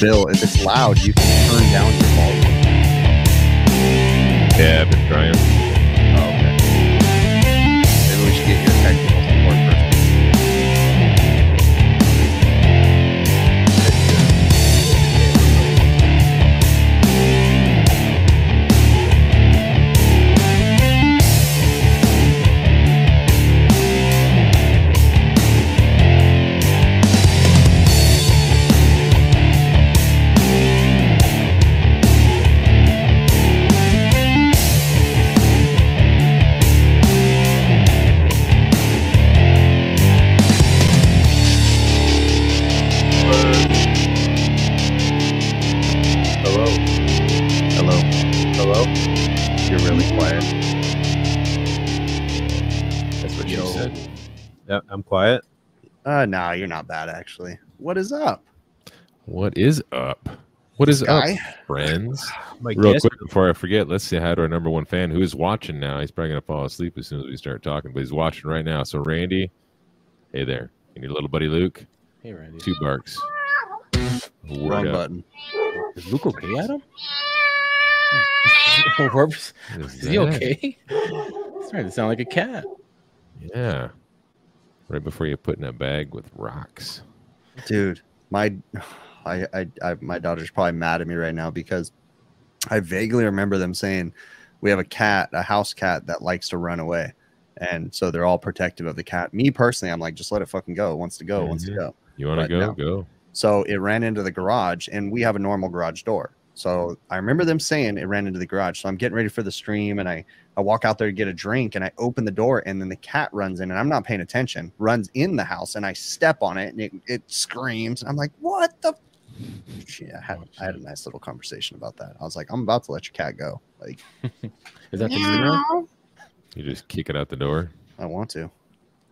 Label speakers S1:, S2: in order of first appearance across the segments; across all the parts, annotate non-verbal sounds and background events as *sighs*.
S1: bill. If it's loud, you can turn down your volume.
S2: Yeah, I've been trying.
S1: Oh, okay. Maybe we should get your technical support person.
S2: Hello.
S1: Hello.
S2: Hello.
S1: You're really quiet.
S2: That's what you
S1: Yo.
S2: said. Yeah, I'm quiet.
S1: Uh, no, you're not bad actually. What is up,
S3: What is up? What is up,
S1: guy?
S4: *sighs*
S3: friends?
S2: My
S3: Real
S2: guest,
S3: quick before I forget, let's say hi to our number one fan who is watching now. He's probably gonna fall asleep as soon as we start talking, but he's watching right now. So Randy, hey there. And your little buddy Luke,
S4: Hey, Randy.
S3: two barks. Word
S1: Wrong
S3: up.
S1: button.
S4: Is Luke okay, Adam? *laughs* Whoops.
S3: Is
S4: Is he
S3: that-
S4: okay? *laughs* He's starting to sound like a cat.
S3: Yeah. Right before you put in a bag with rocks.
S1: dude my *sighs* I, I i my daughter's probably mad at me right now because i vaguely remember them saying we have a cat a house cat that likes to run away and so they're all protective of the cat me personally i'm like just let it fucking go it wants to go it wants to
S3: Mhm.
S1: go
S3: You wanna
S1: But
S3: go?
S1: no.
S3: Go.
S1: so it ran into the garage and we have a normal garage door so i remember them saying it ran into the garage so i'm getting ready for the stream and i i walk out there to get a drink and i open the door and then the cat runs in and i'm not paying attention runs in the house and i step on it and it, it screams and i'm like what the f-" yeah I had, I had a nice little conversation about that i was like i'm about to let your cat go like
S4: Is that the new one?
S3: You just kick it out the door.
S1: i want to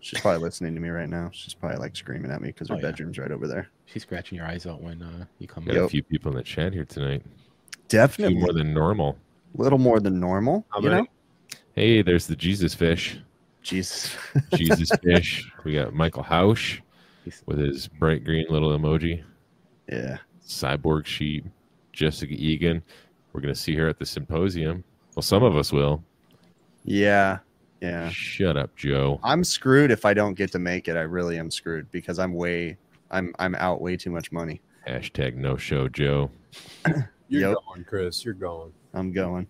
S1: she's probably listening to me right now she's probably like screaming at me because her
S4: Oh, yeah.
S1: bedroom's right over there
S4: She's scratching your eyes out when uh, you come
S3: Got
S4: in.
S3: a few people in the chat here tonight. A few
S1: definitely
S3: more than normal.
S1: little more than normal
S2: How
S1: you know
S2: many?
S3: Hey, there's the Jesus fish.
S1: jesus *laughs*
S3: Jesus fish. We got Michael Hausch
S4: He's-
S3: with his bright green little emoji.
S1: yeah
S3: Cyborg sheep. Jessica Egan. We're gonna see her at the symposium. Well, some of us will.
S1: Yeah. Yeah.
S3: Shut up, Joe.
S1: I'm screwed if I don't get to make it. I really am screwed because I'm way I'm I'm out way too much money.
S3: Hashtag no show, Joe.
S2: You're
S1: Yep.
S2: going, Chris. You're going.
S1: I'm going.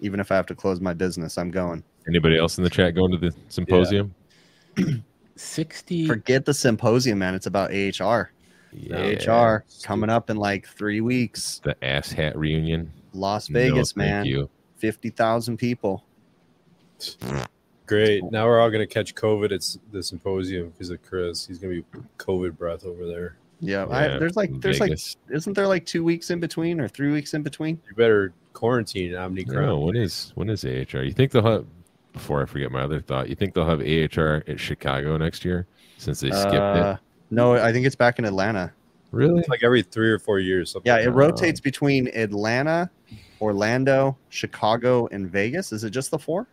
S1: Even if I have to close my business, I'm going.
S3: Anybody else in the chat going to the symposium?
S4: 60.
S1: Forget the symposium, man. It's about
S3: Oh,
S1: AHR. AHR coming up in like three weeks.
S3: The ass hat reunion.
S1: Las
S3: No,
S1: Vegas,
S3: thank
S1: man.
S3: you.
S1: Fifty thousand people.
S2: Great. Now we're all gonna catch COVID at s- the symposium because of Chris. He's gonna be COVID breath over there.
S1: Yeah. Oh, I,
S3: Yeah,
S1: there's like there's
S3: Vegas.
S1: like isn't there like two weeks in between or three weeks in between?
S2: You better quarantine, Omnicron.
S3: No, when is when is AHR? You think they'll have? Before I forget my other thought, you think they'll have AHR at Chicago next year since they skipped it?
S1: Uh, no, I think it's back in Atlanta.
S3: Really?
S2: It's like every three or four years. Something.
S1: Yeah, it
S3: Um,
S1: rotates between Atlanta, Orlando, Chicago, and Vegas. Is it just the four?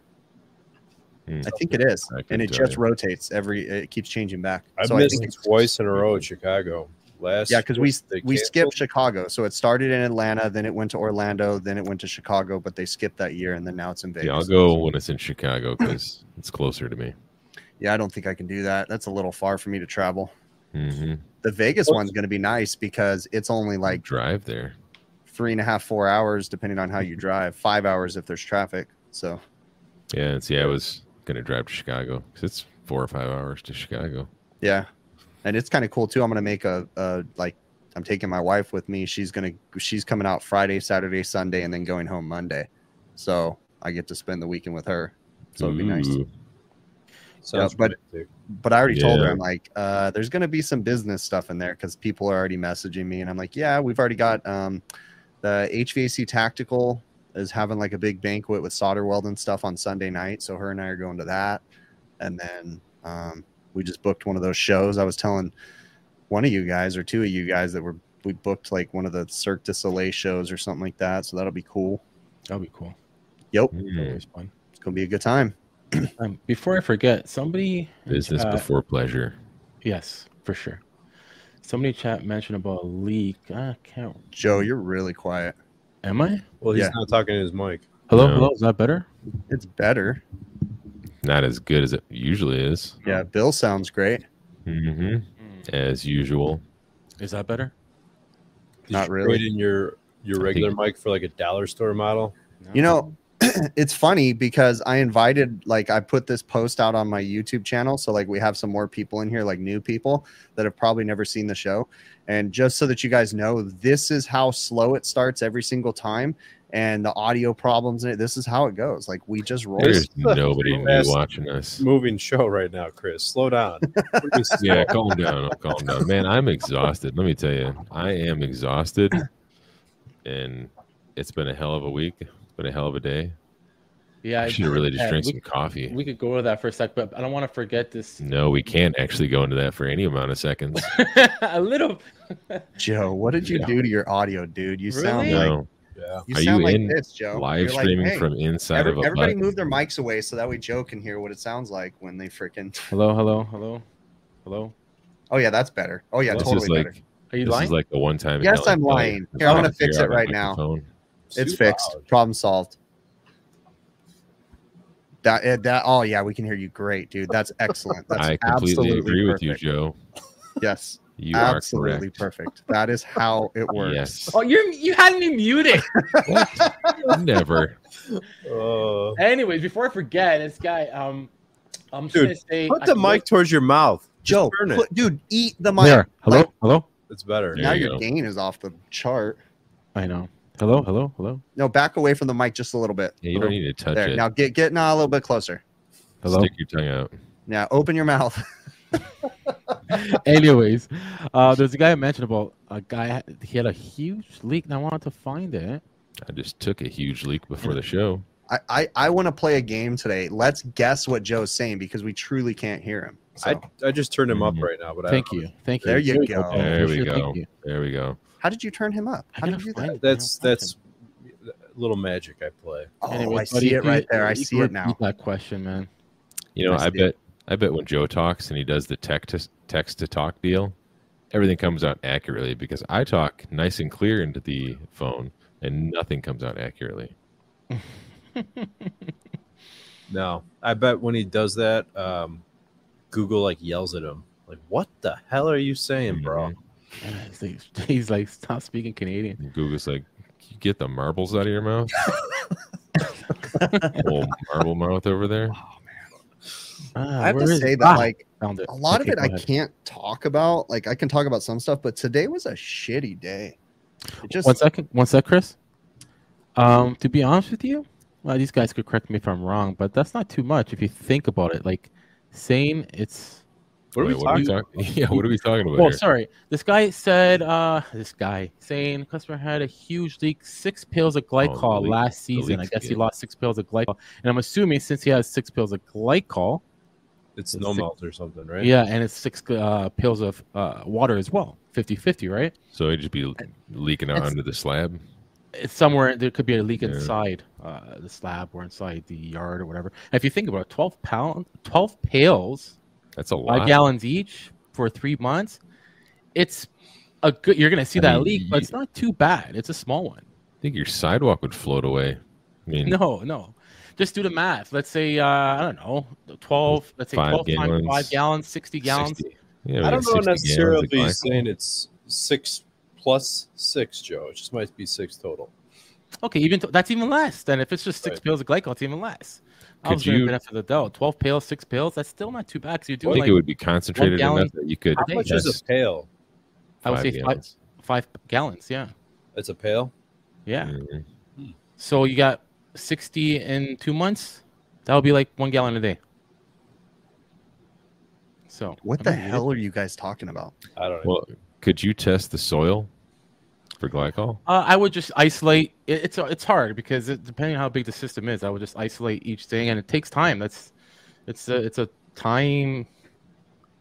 S3: Hmm.
S1: I think it is,
S3: I
S1: and
S3: couldn't
S1: it
S3: tell
S1: just
S3: you.
S1: rotates every. It keeps changing back.
S2: I've
S1: so I
S2: missed
S1: think
S2: it
S1: it's
S2: twice in a row at Chicago. Last
S1: Yeah, because we
S2: they
S1: we
S2: canceled.
S1: skipped Chicago, so it started in Atlanta, then it went to Orlando, then it went to Chicago, but they skipped that year, and then now it's in Vegas.
S3: Yeah, I'll go when it's in Chicago because it's closer to me.
S1: Yeah, I don't think I can do that. That's a little far for me to travel.
S3: hmm
S1: The Vegas one's going to be nice because it's only
S3: Like
S1: like
S3: drive there.
S1: three and a half, four hours, depending on how you drive. Five hours if there's traffic. So
S3: Yeah, and see, I was gonna drive to Chicago because it's four or five hours to Chicago.
S1: Yeah. And it's kind of cool too. I'm going to make a, a like I'm taking my wife with me. She's going to she's coming out Friday, Saturday, Sunday and then going home Monday. So I get to spend the weekend with her. So it'd be nice.
S3: Ooh.
S2: Sounds
S1: Yeah, but-
S2: romantic.
S1: But I already told her
S3: Yeah.
S1: I'm like uh there's going to be some business stuff in there cuz people are already messaging me and I'm like, "Yeah, we've already got um the HVAC tactical is having like a big banquet with solder weld and stuff on Sunday night, so her and I are going to that. And then um we just booked one of those shows. I was telling one of you guys or two of you guys that were we booked like one of the Cirque du Soleil shows or something like that. So that'll be cool.
S4: That'll be cool. That's
S3: Mm.
S4: always fun.
S1: It's gonna be a good time.
S4: Um, before I forget, somebody.
S3: Business
S4: Uh,
S3: before pleasure.
S4: Yes, for sure. Somebody in chat mentioned about a leak. I can't.
S1: Joe, you're really quiet.
S4: Am I?
S2: Well, he's
S1: Yeah.
S2: not talking to his mic.
S4: Hello,
S3: No.
S4: hello. Is that better?
S1: It's better.
S3: Not as good as it usually is.
S1: Yeah, Bill sounds great.
S3: hmm As usual.
S4: Is that better?
S2: Did
S1: Not
S2: you
S1: really.
S2: Trade in your your regular mic for like a dollar store model.
S4: No.
S1: You know, *clears throat* it's funny because I invited, like, I put this post out on my YouTube channel. So, like, we have some more people in here, like new people that have probably never seen the show. And just so that you guys know, this is how slow it starts every single time. And the audio problems in it, this is how it goes. Like, we just roll.
S2: There's-
S3: There's nobody new
S2: Best-
S3: watching us.
S2: Moving show right now, Chris. Slow down. What are you s-
S3: yeah, calm down. Calm down. Man, I'm exhausted. Let me tell you, I am exhausted. And it's been a hell of a week. It's been a hell of a day.
S4: yeah,
S3: I should have really just
S4: yeah,
S3: drank
S4: we-
S3: some coffee.
S4: We could go over that for a sec, but I don't want to forget this.
S3: no, we can't actually go into that for any amount of seconds.
S4: *laughs* a little.
S1: Joe, what did you
S3: Yeah.
S1: do to your audio, dude? You sound
S4: Really?
S1: like
S3: No.
S2: yeah.
S1: you
S3: Are
S1: sound
S3: you
S1: like
S3: in
S1: this, Joe.
S3: Live
S1: You're like,
S3: streaming
S1: "Hey,
S3: from inside
S1: every-
S3: of a
S1: everybody
S3: button.
S1: move their mics away so that way Joe can hear what it sounds like when they freaking.
S4: Hello, hello, hello, hello.
S1: Oh yeah, that's better. Oh yeah,
S2: This
S3: This
S1: totally
S3: is like
S1: better.
S4: Are you
S3: this
S4: lying?
S3: is like the one time.
S1: Yes,
S3: Kelly-
S1: I'm
S3: Kelly-
S1: lying. Here, I'm gonna
S3: Kelly
S1: fix
S3: figure
S1: it
S3: out
S1: right
S3: my
S1: now.
S3: microphone.
S1: It's
S2: Super
S1: fixed.
S2: loud.
S1: Problem solved. That eh, that oh yeah, we can hear you great, dude. That's excellent. That's
S3: I completely
S1: absolutely
S3: agree with
S1: perfect.
S3: you, Joe.
S1: Yes,
S3: You are
S1: absolutely
S3: correct.
S1: perfect. That is how it works.
S3: *laughs*
S1: *laughs*
S3: Yes.
S4: oh, you're you had me muted.
S3: Never.
S2: Uh,
S4: Anyways, before I forget, this guy. Um, I'm just
S2: Dude,
S4: gonna say.
S2: put
S4: I
S2: the
S4: can
S2: mic towards your mouth.
S1: Joe,
S2: turn it.
S1: put- dude, eat the mic.
S4: There. Hello,
S1: Like,
S4: hello.
S2: It's better.
S3: Yeah.
S1: now
S3: you
S1: your
S3: go.
S1: gain is off the chart.
S4: I know. Hello, hello, hello, *laughs*
S1: No, back away from the mic just a little bit.
S3: Yeah, you don't need to touch
S1: there.
S3: it.
S1: Now get get now a little bit closer.
S4: hello.
S3: Stick your tongue out.
S1: Now open your mouth. *laughs*
S4: Anyways, uh, there's a guy I mentioned about a guy. He had a huge leak, and I wanted to find it.
S3: I just took a huge leak before the show.
S1: I I, I want to play a game today. Let's guess what Joe's saying because we truly can't hear him. So
S2: I, I just turned him up
S3: Mhm.
S2: right now, but
S4: Thank you, thank you.
S1: There you
S4: we
S1: go.
S4: Ben.
S3: There
S4: For
S3: we
S4: sure,
S3: go.
S4: thank you.
S3: There we go.
S1: how did you turn him up?
S4: I
S1: How did
S4: gotta
S1: you do that?
S2: I
S4: find
S2: don't.
S4: it.
S2: That's
S4: I don't
S2: that's a little magic I play.
S1: Oh,
S4: Anyways,
S1: I
S4: buddy,
S1: see it
S4: you-
S1: right there. I
S4: you can
S1: see it
S4: repeat
S1: now.
S4: That question, man. *laughs*
S3: You know,
S1: Yes,
S3: I
S1: dude.
S3: bet I bet when Joe talks and he does the text to, text to talk deal, everything comes out accurately because I talk nice and clear into the phone and nothing comes out accurately.
S2: No, I bet when he does that, um, Google like yells at him, like, "What the hell are you saying, bro?"
S4: He's like, he's like, stop speaking Canadian.
S3: And Google's like, "Can you get the marbles out of your mouth. *laughs* Old marble mouth over there.
S4: Ah,
S1: I have
S4: where
S1: to
S4: is
S1: say
S4: it?
S1: that
S4: Ah,
S1: like
S4: found it.
S1: a lot
S4: Okay,
S1: of it
S4: go
S1: I
S4: ahead.
S1: can't talk about. Like I can talk about some stuff, but today was a shitty day. It just
S4: One second, one sec, Chris. Um, to be honest with you, well, these guys could correct me if I'm wrong, but that's not too much if you think about it. Like, saying it's
S2: What are
S3: Wait,
S2: we
S3: what are
S2: talking?
S3: talk- *laughs* Yeah, what are we talking about?
S4: Oh,
S3: here?
S4: sorry. This guy said, uh, this guy saying customer had a huge leak, six pills of glycol
S3: leak-
S4: last
S3: Oh, the
S4: season. I
S3: leak's
S4: guess he
S3: good.
S4: lost six pills of glycol. And I'm assuming since he has six pills of glycol,
S2: It's snow melt or something, right?
S4: yeah, and it's six uh, pills of uh, water as well, 50 50, right?
S3: So he'd just be leaking out
S4: That's-
S3: under the slab.
S4: It's somewhere there could be a leak
S3: Yeah.
S4: inside uh, the slab or inside the yard or whatever. And if you think about it, 12 pound, 12 pails,
S3: That's a lot.
S4: five gallons each for three months, it's a good, you're going to see
S3: I
S4: that
S3: mean,
S4: leak,
S3: you-
S4: but it's not too bad. It's a small one.
S3: I think your sidewalk would float away. I mean,
S4: No, no. Just do the math. Let's say uh, I don't know, twelve. Let's say
S3: Five
S4: twelve times
S3: gallons.
S4: five gallons, sixty gallons.
S3: 60 yeah,
S2: I
S3: mean,
S2: don't know
S3: 60
S2: necessarily
S3: gallons of
S2: saying it's six plus six, Joe. It just might be six total.
S4: Okay, even t- that's even less. Then if it's just six
S2: Right.
S4: pills of glycol, it's even less. I
S3: Could
S4: was going to
S3: you-
S4: benefit the doubt. Twelve pills, six pills. That's still not too bad because you're
S3: I
S4: doing
S3: think
S4: like
S3: it would be concentrated
S4: gallon-
S3: enough that you could.
S4: How
S2: How much
S3: test
S2: is a pail?
S4: I would say five-
S3: gallons.
S4: five gallons. Yeah,
S2: It's a pail.
S4: yeah.
S3: Mhm.
S4: So you got sixty in two months. That would be like one gallon a day. So
S1: what
S4: I
S1: the
S4: mean, it is-
S1: hell are you guys talking about?
S2: I don't know.
S3: Well, could you test the soil for glycol?
S4: Uh, I would just isolate. It, it's it's hard because it, depending on how big the system is, I would just isolate each thing, and it takes time. That's it's a it's a time,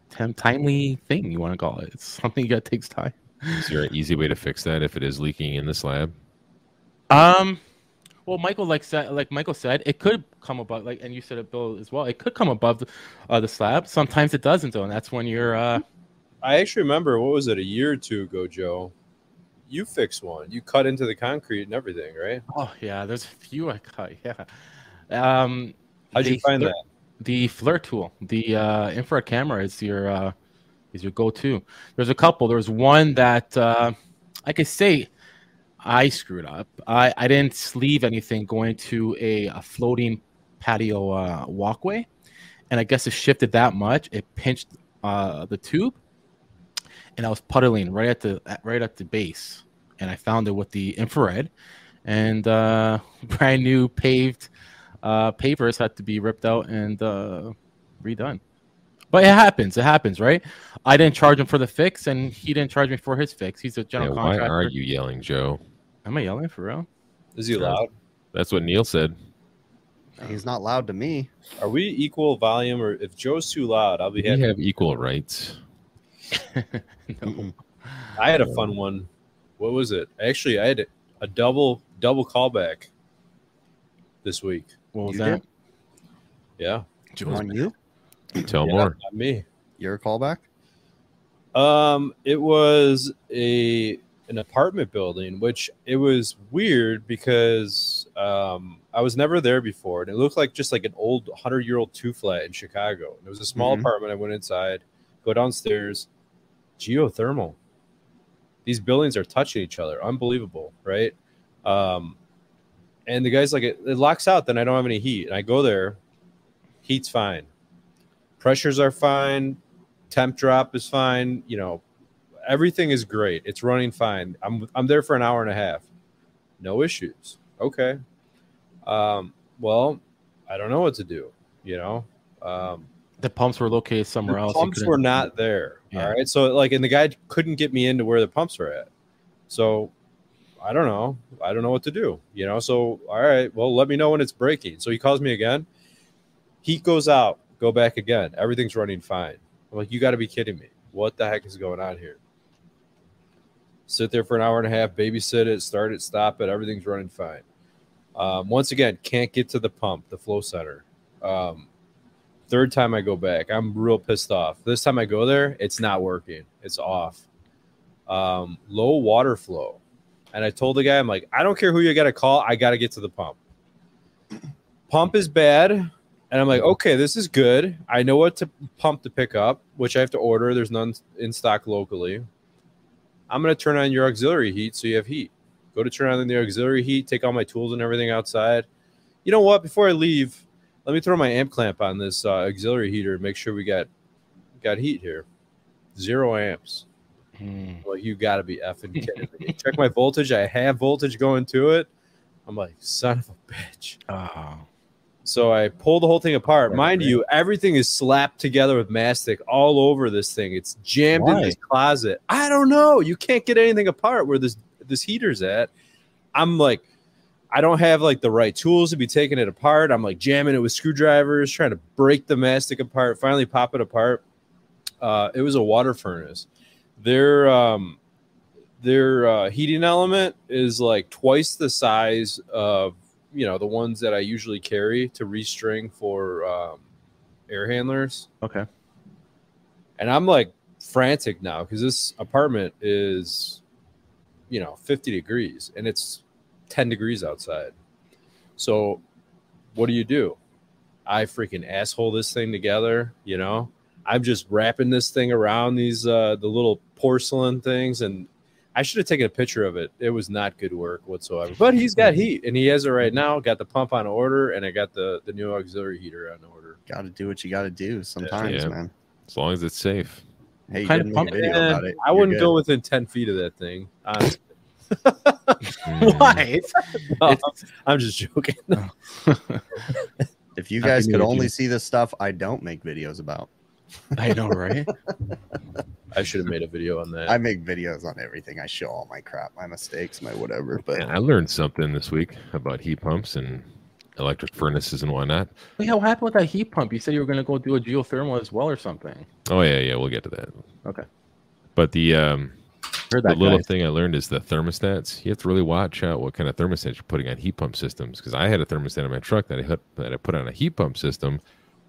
S4: time timely thing you want to call it. It's something you got takes time.
S3: Is there an easy way to fix that if it is leaking in the slab?
S4: Um, well, Michael like said like Michael said, it could come above like, and you said it, Bill as well. It could come above the, uh, the slab. Sometimes it doesn't, though, and that's when you're uh,
S2: I actually remember what was it a year or two ago, Joe? You fixed one. You cut into the concrete and everything, right?
S4: Oh yeah, there's a few I cut. *laughs* Yeah. Um,
S2: How'd you
S4: the
S2: find
S4: flir-
S2: that?
S4: The FLIR tool, the uh, infrared camera is your uh, is your go-to. There's a couple. There's one that uh, I could say I screwed up. I, I didn't sleeve anything going to a, a floating patio uh, walkway, and I guess it shifted that much. It pinched uh, the tube, and I was puddling right at the at- right at the base, and I found it with the infrared, and uh, *laughs* brand new paved uh, pavers had to be ripped out and uh, redone. But it happens. It happens, right? I didn't charge him for the fix, and he didn't charge me for his fix. He's a
S3: Yeah,
S4: general
S3: why
S4: contractor.
S3: are you yelling, Joe?
S4: Am I yelling for real? *laughs*
S2: Is he
S3: Sure.
S2: loud?
S3: That's what Neil said.
S4: Uh,
S1: He's not loud to me.
S2: Are we equal volume? Or if Joe's too loud, I'll be
S3: We
S2: happy.
S3: have equal rights.
S4: no.
S2: I had a fun one. What was it? Actually, I had a double double callback this week.
S4: What was
S1: You
S4: that?
S2: Yeah,
S1: On you,
S3: Tell
S2: Yeah,
S3: more.
S2: not me.
S1: your callback.
S2: Um, it was a an apartment building, which it was weird because um, I was never there before, and it looked like just like an old hundred year old two flat in Chicago. And it was a small
S1: Mhm.
S2: apartment. I went inside, go downstairs, geothermal. These buildings are touching each other. Unbelievable, right? Um, and the guy's like, it, it locks out. Then I don't have any heat, and I go there. Heat's fine. Pressures are fine temp drop is fine. You know, everything is great. It's running fine. I'm I'm there for an hour and a half. No issues. Okay. Um, well, I don't know what to do. You know, um,
S4: The pumps were located somewhere
S2: the
S4: else. You
S2: Pumps
S4: couldn't-
S2: were not there.
S4: Yeah.
S2: All right. So like, and the guy couldn't get me into where the pumps were at. So I don't know. I don't know what to do. You know. So all right. Well, let me know when it's breaking. So he calls me again. Heat goes out. Go back again. Everything's running fine. I'm like, you got to be kidding me. What the heck is going on here? Sit there for an hour and a half, babysit it, start it, stop it. Everything's running fine. Um, once again, can't get to the pump, the flow center. Um, Third time I go back, I'm real pissed off. This time I go there, it's not working. It's off. Um, low water flow. And I told the guy, I'm like, I don't care who you got to call. I got to get to the pump. Pump is bad. And I'm like, okay, this is good. I know what to pump to pick up, which I have to order. There's none in stock locally. I'm going to turn on your auxiliary heat so you have heat. Go to turn on the auxiliary heat, take all my tools and everything outside. You know what? Before I leave, let me throw my amp clamp on this uh, auxiliary heater and make sure we got got heat here. Zero amps. *laughs*
S4: Hmm.
S2: Well, you got to be effing kidding me. Check my voltage. I have voltage going to it. I'm like, son of a bitch.
S4: Oh.
S2: So I pull the whole thing apart.
S1: Right,
S2: Mind
S1: right.
S2: you, everything is slapped together with mastic all over this thing. It's jammed in
S4: Why?
S2: this closet. I don't know. You can't get anything apart where this this heater's at. I'm like, I don't have like the right tools to be taking it apart. I'm like jamming it with screwdrivers, trying to break the mastic apart. Finally, pop it apart. Uh, it was a water furnace. Their um, their uh, heating element is like twice the size of you know the ones that I usually carry to restring for um, air handlers.
S4: Okay.
S2: And I'm like frantic now because this apartment is, you know, 50 degrees and it's 10 degrees outside. So what do you do? I freaking asshole this thing together, you know? I'm just wrapping this thing around these uh the little porcelain things and I should have taken a picture of it. It was not good work whatsoever. But he's got
S3: Mm-hmm.
S2: heat and he has it right now. Got the pump on order and I got the the new auxiliary heater on order.
S1: Got to do what you got to do sometimes,
S3: Yeah.
S1: man.
S3: As long as it's safe.
S1: Hey, you
S4: Kind
S1: did
S4: of
S1: make a video
S2: Eh,
S1: about it.
S2: I
S1: You're
S2: wouldn't
S1: good.
S2: go within 10 feet of that thing. Uh,
S3: *laughs*
S2: honestly.
S3: Mm.
S4: It's, Oh.
S2: *laughs* I'm just joking.
S1: If you
S4: I
S1: guys
S4: knew
S1: could
S4: what you-
S1: only see the stuff I don't make videos about,
S4: I know, right?
S2: I should have made a video on that.
S1: I make videos on everything. I show all my crap, my mistakes, my whatever. But
S3: Man, I learned something this week about heat pumps and electric furnaces and whatnot.
S4: Wait, what happened with that heat pump? You said you were going to go do a geothermal as well or something.
S3: Oh yeah, yeah, we'll get to that.
S4: Okay.
S3: But the um,
S4: Heard
S3: the
S4: that.
S3: little
S4: guys.
S3: thing I learned is the thermostats. You have to really watch out what kind of thermostat you're putting on heat pump systems. Because I had a thermostat in my truck that I hit, that I put on a heat pump system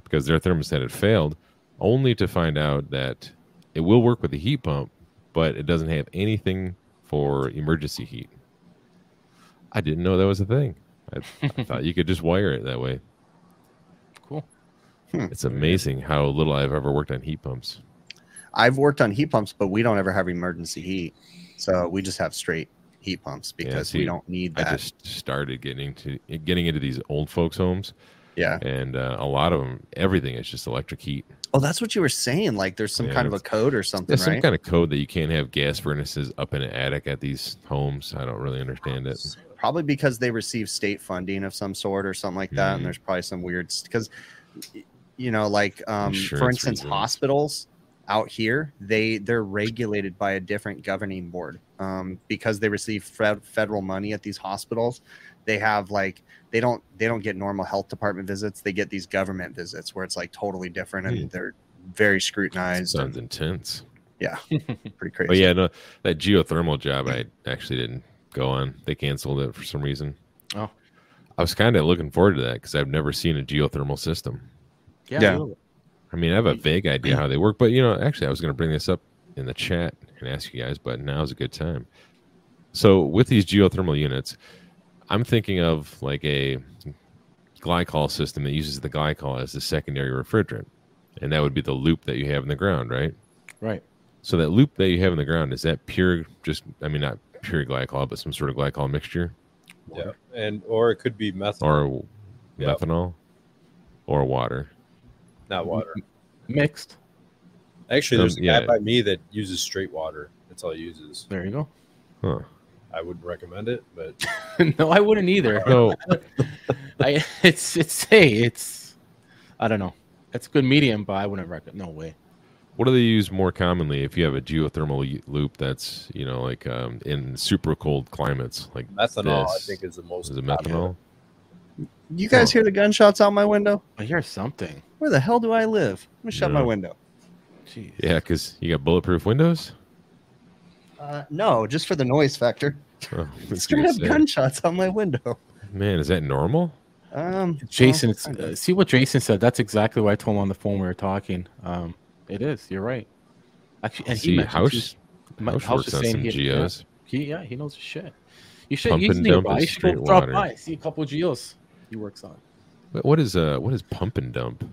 S3: because their thermostat had failed, only to find out that It will work with the heat pump, but it doesn't have anything for emergency heat. I didn't know that was a thing. I, I thought you could just wire it that way.
S4: Cool.
S3: It's amazing how little I've ever worked on heat pumps.
S1: I've worked on heat pumps, but we don't ever have emergency heat. So we just have straight heat pumps
S3: Yeah,
S1: because
S3: see,
S1: we don't need
S3: I
S1: that.
S3: just started getting to getting into these old folks' homes,
S1: yeah.
S3: and uh, a lot of them, everything is just electric heat.
S1: Oh, that's what you were saying. Like there's some
S3: Yeah,
S1: kind of a code or something,
S3: There's some
S1: right?
S3: kind of code that you can't have gas furnaces up in an attic at these homes. I don't really understand it.
S1: probably because they receive state funding of some sort or something like that.
S3: Mhm.
S1: And there's probably some weird because, you know, like um, for
S3: Insurance
S1: instance,
S3: reasons.
S1: hospitals out here they they're regulated by a different governing board um, because they receive fed, federal money at these hospitals. They have like they don't they don't get normal health department visits. They get these government visits where it's like totally different
S3: Hmm.
S1: and they're very scrutinized.
S3: Sounds
S1: And
S3: intense.
S1: pretty crazy.
S3: But yeah, no, that geothermal job I actually didn't go on. They canceled it for some reason.
S4: Oh.
S3: I was kind of looking forward to that because I've never seen a geothermal system.
S4: Yeah.
S1: Yeah.
S4: Cool.
S3: I mean, I have a vague idea how they work, but you know, actually, I was going to bring this up in the chat and ask you guys, but now's a good time. So, with these geothermal units, I'm thinking of like a glycol system that uses the glycol as the secondary refrigerant, and that would be the loop that you have in the ground, right?
S4: Right.
S3: So, that loop that you have in the ground is that pure, just I mean, not pure glycol, but some sort of glycol mixture
S2: Yeah. And or it could be methanol,
S3: or
S2: Yep.
S3: methanol or water.
S2: not water.
S4: Mixed.
S2: Actually,
S3: Um,
S2: there's a
S3: yeah.
S2: guy by me that uses straight water. That's all he uses.
S4: There you go.
S3: Huh.
S2: I wouldn't recommend it, but
S4: *laughs* no, I wouldn't either.
S3: So,
S4: I *laughs* it's it's hey, it's I don't know. It's a good medium, but I wouldn't recommend. No way.
S3: What do they use more commonly if you have a geothermal y- loop that's you know like um, in super cold climates? Like
S2: methanol I
S3: This
S2: think is the most.
S3: is it
S2: popular.
S3: methanol?
S1: You guys hear the gunshots out my window?
S4: I hear something.
S1: Where the hell do I live? I'm gonna shut my
S3: Yeah.
S1: window.
S4: Jeez.
S3: Yeah, because you got bulletproof windows.
S1: Uh, no, just for the noise factor.
S3: Oh, *laughs* that's what
S1: Straight
S3: you
S1: up
S3: said.
S1: gunshots on my window.
S3: Man, is that normal?
S1: Um,
S4: Jason,
S1: well,
S4: it's,
S1: kind
S4: uh,
S1: of.
S4: see what Jason said. That's exactly what I told him on the phone. We were talking. Um, it is. You're right. Actually, and he
S3: See,
S4: mentioned
S3: house,
S4: he's- my-
S3: house,
S4: House
S3: works
S4: was
S3: on
S4: saying
S3: some
S4: he- yeah.
S3: geos.
S4: He yeah, he knows his shit. You should.
S3: Pump
S4: He's
S3: and dump
S4: nearby.
S3: is
S4: You should go
S3: straight
S4: drop
S3: water.
S4: by. See a couple of geos he works on.
S3: But what is uh what is pump and dump?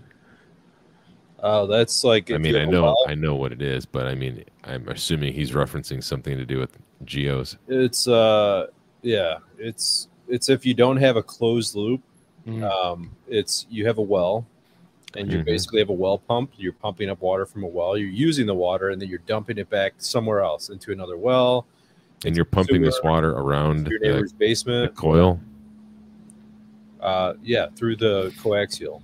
S2: Oh, that's like.
S3: I
S2: if
S3: mean,
S2: you
S3: I
S2: have a
S3: know
S2: valve,
S3: I know what it is, but I mean, I'm assuming he's referencing something to do with geos.
S2: It's uh, yeah. It's it's if you don't have a closed loop,
S3: Mm-hmm.
S4: Mm.
S2: um, it's you have a well, and you
S3: Mhm.
S2: basically have a well pump. You're pumping up water from a well. You're using the water, and then you're dumping it back somewhere else into another well,
S3: And you're pumping this
S2: sewer,
S3: water around
S2: to your
S3: the,
S2: neighbor's
S3: the
S2: basement.
S3: coil.
S2: Uh, yeah, through the coaxial.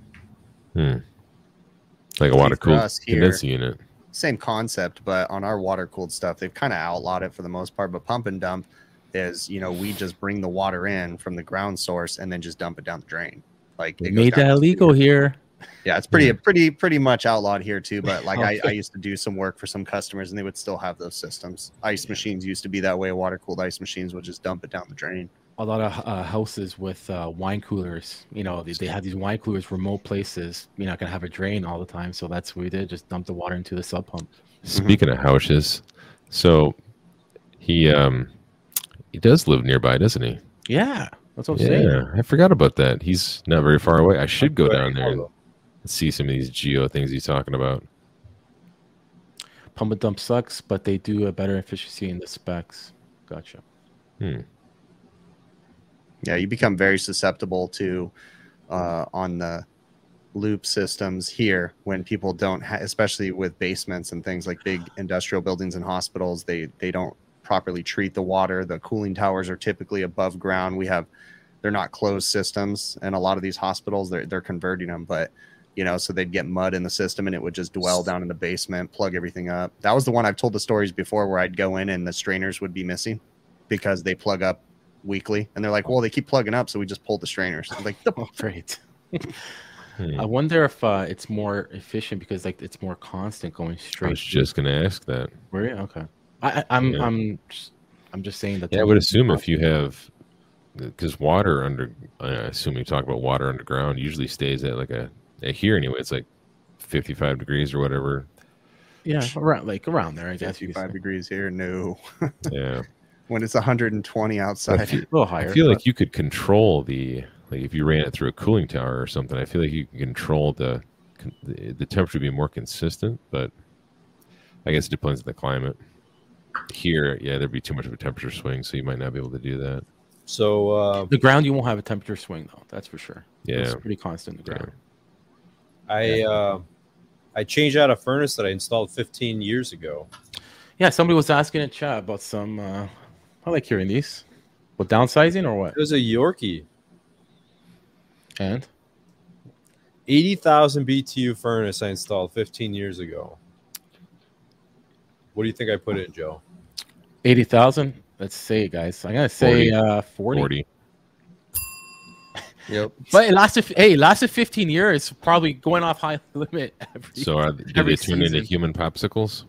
S3: Like a water cooled
S1: us here.
S3: condenser unit.
S1: same concept, but on our water cooled stuff, they've kind of outlawed it for the most part. But pump and dump is, you know, we just bring the water in from the ground source and then just dump it down the drain. Like
S4: We
S1: it goes
S4: made
S1: down
S4: that
S1: the
S4: illegal here.
S1: Yeah, it's pretty pretty pretty much outlawed here too. But
S4: *laughs*
S1: like I, I
S4: Okay.
S1: used to do some work for some customers, and they would still have those systems. Ice machines used to be that way. Water cooled ice machines would just dump it down the drain.
S4: a lot of uh, houses with uh, wine coolers. You know, they, they have these wine coolers remote places. You're not gonna have a drain all the time, so that's what we did. Just dump the water into the sub pump.
S3: Speaking of houses, so he um he does live nearby, doesn't he?
S4: Yeah, that's what I'm saying.
S3: Yeah, I forgot about that. He's not very far away. I should go
S2: Right,
S3: down there and
S2: although-
S3: see some of these geo things he's talking about.
S4: Pump and dump sucks, but they do a better efficiency in the specs. Gotcha. *laughs*
S1: yeah you become very susceptible to uh, on the loop systems here when people don't ha- especially with basements and things like big industrial buildings and hospitals they they don't properly treat the water the cooling towers are typically above ground we have they're not closed systems and a lot of these hospitals they're, they're converting them but you know so they'd get mud in the system and it would just dwell down in the basement plug everything up that was the one i've told the stories before where i'd go in and the strainers would be missing because they plug up weekly and they're like well they keep plugging up so we just pulled the strainers I'm like
S4: *laughs*
S1: the
S4: Oh, great.
S3: Hmm.
S4: I wonder if uh, it's more efficient because like it's more constant going
S3: I
S4: straight.
S3: was just gonna ask that.
S4: Were you? Okay. I, I- I'm
S3: Yeah.
S4: I'm just, I'm just saying that.
S3: Yeah, I would assume if you have because water under I assume you talk about water underground usually stays at like a, a here anyway, it's like fifty five degrees or whatever.
S4: yeah, around like around there, I guess. You could
S1: 55
S4: say.
S1: degrees here. No.
S3: Yeah.
S1: When it's 120
S3: I
S1: outside.
S3: feel,
S4: a little higher.
S3: I feel
S4: but-
S3: like you could control the like if you ran it through a cooling tower or something. I feel like you can control the con- the, the temperature would be more consistent, but I guess it depends on the climate. Here, yeah, there'd be too much of a temperature swing, so you might not be able to do that.
S2: So uh,
S4: the ground you won't have a temperature swing though. That's for sure.
S3: Yeah.
S4: it's pretty constant. The
S3: Yeah.
S4: ground.
S2: I uh, I changed out a furnace that I installed 15 years ago.
S4: Yeah. somebody was asking in chat about some. Uh, I like hearing these. What downsizing or what?
S2: It was a Yorkie,
S4: And
S2: 80,000 BTU furnace I installed 15 years ago. What do you think I put in, Joe?
S4: eighty thousand. Let's say, guys. I'm gonna say
S3: 40.
S4: uh,
S1: *laughs*
S4: 40.
S3: Forty.
S1: yep.
S4: But it lasted. Hey, it lasted fifteen years. Probably going off high *laughs* limit. Every,
S3: So are, did
S4: Every
S3: they turn into
S4: season.
S3: human popsicles?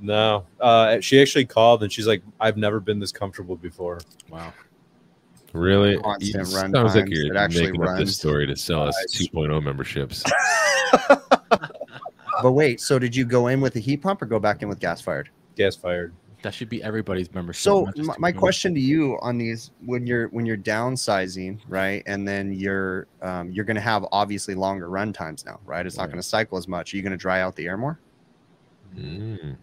S2: No. Uh, she actually called and she's like, I've never been this comfortable before.
S4: wow.
S3: Really?
S1: Constant
S3: It
S1: run
S3: sounds like
S1: times.
S3: you're
S1: It actually
S3: making up
S1: runs.
S3: this story to sell us
S2: Uh, it's-
S1: *laughs*
S3: 2.0 memberships.
S1: But wait, so did you go in with a heat pump or go back in with gas fired?
S2: Gas fired.
S4: That should be everybody's membership.
S1: So
S4: not just
S1: my, my
S4: two.
S1: question to you on these when you're when you're downsizing, right? And then you're um, you're going to have obviously longer run times now, right? It's not
S3: Yeah.
S1: going to cycle as much. Are you going to dry out the air more?
S3: Mm.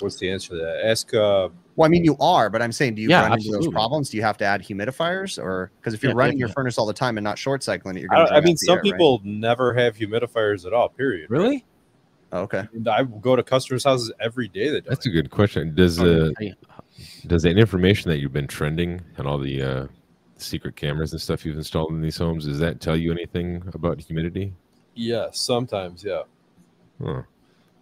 S2: What's the answer to that? Ask uh,
S1: Well, I mean, you are, but I'm saying, do you
S4: Yeah,
S1: run into
S4: absolutely.
S1: those problems? Do you have to add humidifiers, or because if you're
S4: Yeah,
S1: running your
S4: definitely.
S1: furnace all the time and not short cycling it, you're
S2: I,
S1: going
S2: don't-
S1: to.
S2: I mean, some people never have humidifiers at all. Period.
S4: Really?
S1: Oh, okay.
S2: And I go to customers' houses every day that don't.
S3: That's a good question. Does uh, does that information that you've been trending and all the uh, secret cameras and stuff you've installed in these homes does that tell you anything about humidity?
S2: Yeah, sometimes. Yeah.
S3: Huh.